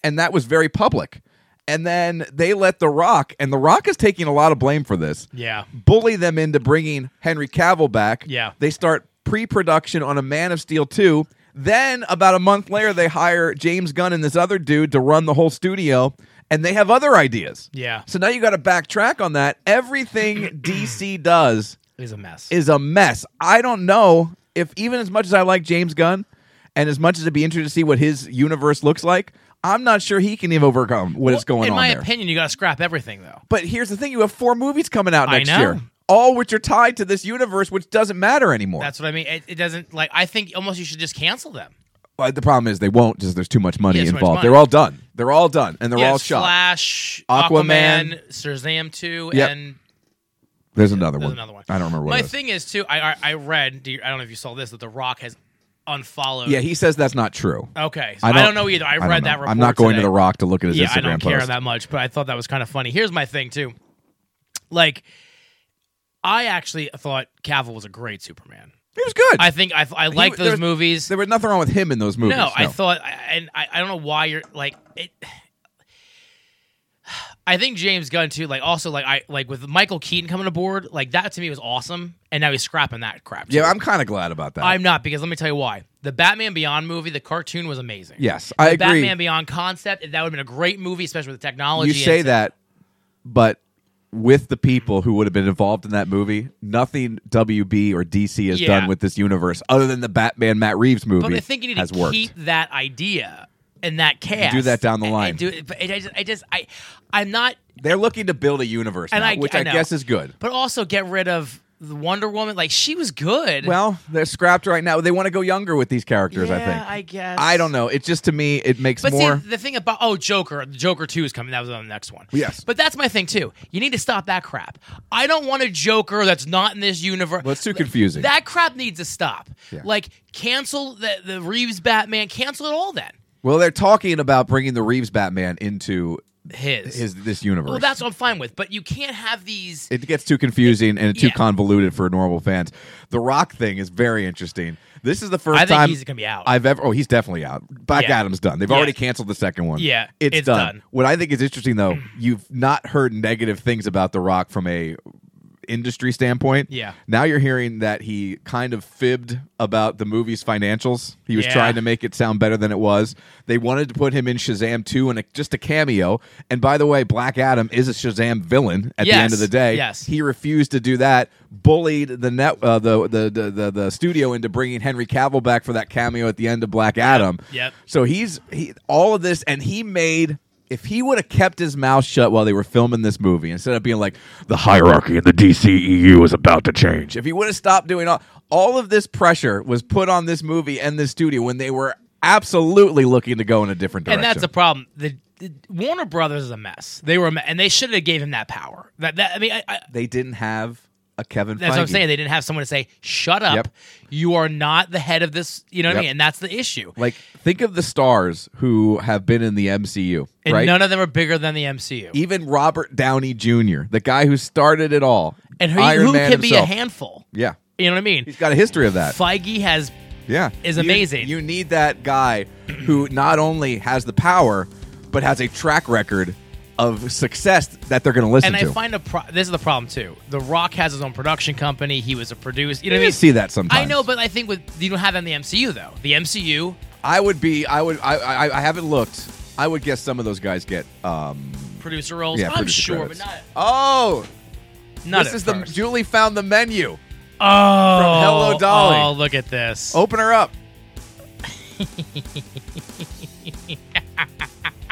And that was very public. And then they let The Rock, and The Rock is taking a lot of blame for this Yeah. bully them into bringing Henry Cavill back. Yeah. They start pre production on a Man of Steel 2. Then, about a month later, they hire James Gunn and this other dude to run the whole studio, and they have other ideas. Yeah. So now you got to backtrack on that. Everything DC does It was a mess. is a mess. I don't know if, even as much as I like James Gunn, and as much as it'd be interesting to see what his universe looks like, I'm not sure he can even overcome what is Well, going in on my there. opinion, you got to scrap everything though. But here's the thing: you have four movies coming out I next know. year, all which are tied to this universe, which doesn't matter anymore. That's what I mean. It, it doesn't like. I think almost you should just cancel them. But Uh, the problem is they won't, just there's too much money Yeah, too much involved. money. They're all done. They're all done, and they're all yes, shot. Flash, Aquaman. Aquaman, Shazam two, Yep. and There's another there's one. another one. I don't remember what. my it is. thing is too. I I, I read. Do you, I don't know if you saw this that The Rock has unfollowed. yeah, he says that's not true. okay, so I, don't, know either. I, don't read know. that report. I'm not going today. to the Rock to look at his Yeah, Instagram I don't care post. that much, but I thought that was kind of funny. Here's my thing too. Like, I actually thought Cavill was a great Superman. He was good. I think I I like there those was- movies. there was nothing wrong with him in those movies. No, I thought, and I, I don't know why you're like it. I think James Gunn too. Like also, like I like with Michael Keaton coming aboard, like that to me was awesome. And now he's scrapping that crap. too. Yeah, I'm kind of glad about that. I'm not because let me tell you why. The Batman Beyond movie, the cartoon was amazing. Yes, I the agree. Batman Beyond concept that would have been a great movie, especially with the technology. you and say it's- that, but with the people who would have been involved in that movie, nothing WB or DC has Yeah. done with this universe other than the Batman Matt Reeves movie But I think you need has to worked. keep that idea and that cast. that down the and- and line. do it, but it, I just, I just, I, I'm not They're looking to build a universe, And now, I- which I, I know. guess is good. But also get rid of the Wonder Woman. Like she was good. Well, they're scrapped right now. They want to go younger with these characters. I Yeah, think. I guess. I don't know. It just to me, it makes But more. see, the thing about oh, Joker, Joker Two is coming. That was on the next one. Yes. but that's my thing too. You need to stop that crap. I don't want a Joker that's not in this universe. Well, it's too confusing. That crap needs to stop. Yeah. Like cancel the the Reeves Batman. Cancel it all then. well, they're talking about bringing the Reeves Batman into His. his this universe. Well, that's what I'm fine with. But you can't have these. it gets too confusing and too Yeah. convoluted for normal fans. The Rock thing is very interesting. This is the first I think time he's gonna be out. I've ever. Oh, he's definitely out. Black Yeah. Adam's done. They've Yeah. already canceled the second one. Yeah, it's, it's done. done. What I think is interesting though, you've not heard negative things about The Rock from a industry standpoint. Yeah. Now you're hearing that he kind of fibbed about the movie's financials. He was Yeah. trying to make it sound better than it was. They wanted to put him in Shazam 2 and a, just a cameo. And by the way, Black Adam is a Shazam villain at the end Yes. of the day. Yes. He refused to do that, bullied the net uh, the, the, the the the studio into bringing Henry Cavill back for that cameo at the end of Black Adam. Yep. So he's he all of this, and he made. If he would have kept his mouth shut while they were filming this movie, instead of being like, the hierarchy in the DCEU is about to change, if he would have stopped doing all, all of this pressure was put on this movie and this studio when they were absolutely looking to go in a different direction. And that's the problem. The Warner Brothers is a mess. They were, a me- and they should have gave him that power. That, that I mean, I, I, They didn't have a Kevin. that's what I'm Feige. saying. They didn't have someone to say, "Shut up, Yep. you are not the head of this." You know what I Yep. mean? And that's the issue. Like, think of the stars who have been in the MCU, and right? none of them are bigger than the MCU. Even Robert Downey Jr., the guy who started it all, and who, Iron who Man can be a himself. handful? Yeah, You know what I mean? he's got a history of that. Feige has yeah, is You- amazing. You, need that guy who not only has the power, but has a track record of success that they're going to listen and to. I find a pro- this is the problem too. The Rock has his own production company. He was a producer. You know you what I mean? see that sometimes. I know, but I think with you don't have that in the MCU though. The MCU, I would be. I would. I. I, I haven't looked. I would guess some of those guys get. Um, producer roles. yeah, I'm producer sure, credits. but Oh, not not this at is the first. Julie found the menu. oh from Hello Dolly. Oh, look at this. Open her up.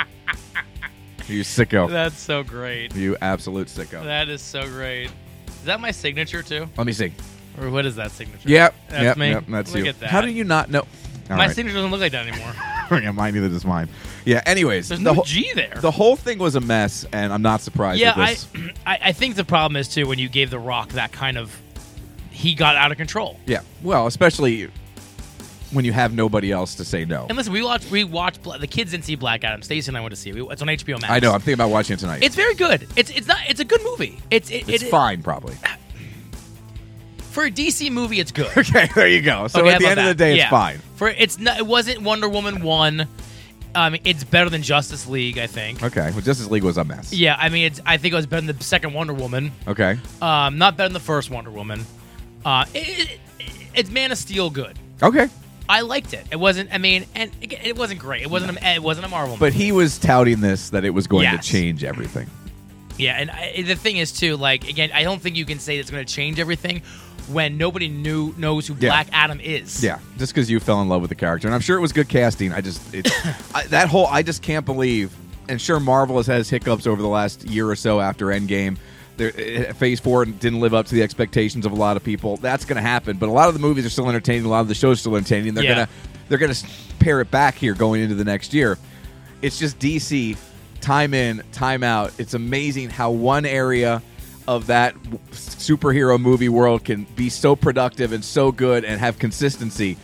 you sicko. that's so great. You absolute sicko. That is so great. Is that my signature too, Let me see. or what is that signature? Yep. That's yep. me. Yep. That's Look you. at that. How do you not know? All my right. signature doesn't look like that anymore. yeah, mine neither does mine. Yeah. Anyways, There's the no whole- G there. the whole thing was a mess, and I'm not surprised. yeah, with I, this. I I think the problem is too when you gave The Rock that kind of, he got out of control. Yeah. Well, especially when you have nobody else to say no. And listen, we watched we watched Bla- the kids didn't see Black Adam. Stacy and I went to see it. We, it's on HBO Max. I know. I'm thinking about watching it tonight. It's very good. It's it's not it's a good movie. It's it, it's it- fine, probably. for a DC movie. It's good. okay, there you go. So Okay, how at the about end that? of the day, it's Yeah. fine. For it's not, it wasn't Wonder Woman one. I mean, it's better than Justice League. I think. Okay. Well, Justice League was a mess. Yeah, I mean, it's I think it was better than the second Wonder Woman. Okay. Um, not better than the first Wonder Woman. Uh, it, it, it's Man of Steel good. Okay. I liked it. It wasn't. I mean, and again, it wasn't great. It wasn't. A, it wasn't a Marvel. But he was touting this that it was going Yes. to change everything. Yeah, and I, the thing is too, like again, I don't think you can say it's going to change everything when nobody knew knows who Yeah. Black Adam is. Yeah, just because you fell in love with the character, and I'm sure it was good casting. I just it's, I, that whole I just can't believe. And sure, Marvel has had its hiccups over the last year or so after Endgame. There, eh, phase four didn't live up to the expectations of a lot of people. That's going to happen, but a lot of the movies are still entertaining. A lot of the shows are still entertaining. They're Yeah. gonna they're gonna s- pare it back here going into the next year. It's just DC time in time out. It's amazing how one area of that w- superhero movie world can be so productive and so good and have consistency.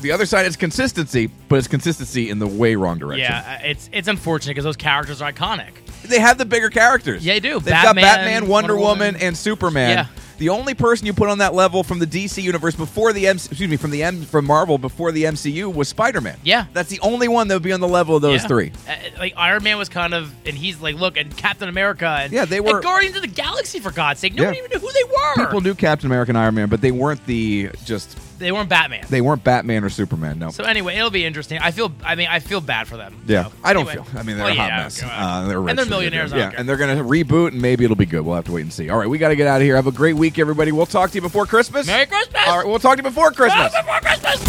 The other side is consistency, but it's consistency in the way wrong direction. yeah, uh, it's it's unfortunate because those characters are iconic. They have the bigger characters. Yeah, they do. They've Batman, got Batman, Wonder Wonder, Woman, Woman. and Superman. Yeah. The only person you put on that level from the DC universe before the M- excuse me from the M- from Marvel before the MCU was Spider Man. Yeah. that's the only one that would be on the level of those Yeah. three. Uh, like Iron Man was kind of, and he's like, look, and Captain America, and Yeah, they and were- Guardians of the Galaxy for God's sake. Nobody Yeah. even knew who they were. People knew Captain America and Iron Man, but they weren't the just they weren't Batman. they weren't Batman or Superman. No. so anyway, it'll be interesting. I feel. I mean, I feel bad for them. yeah, So, I don't anyway. feel. I mean, they're Well, a hot yeah, mess. okay. Uh, they're and they're rich. millionaires. Yeah, and they're gonna reboot, and maybe it'll be good. We'll have to wait and see. All right, we got to get out of here. Have a great week, everybody. We'll talk to you before Christmas. Merry Christmas. All right, we'll talk to you before Christmas. Before Christmas.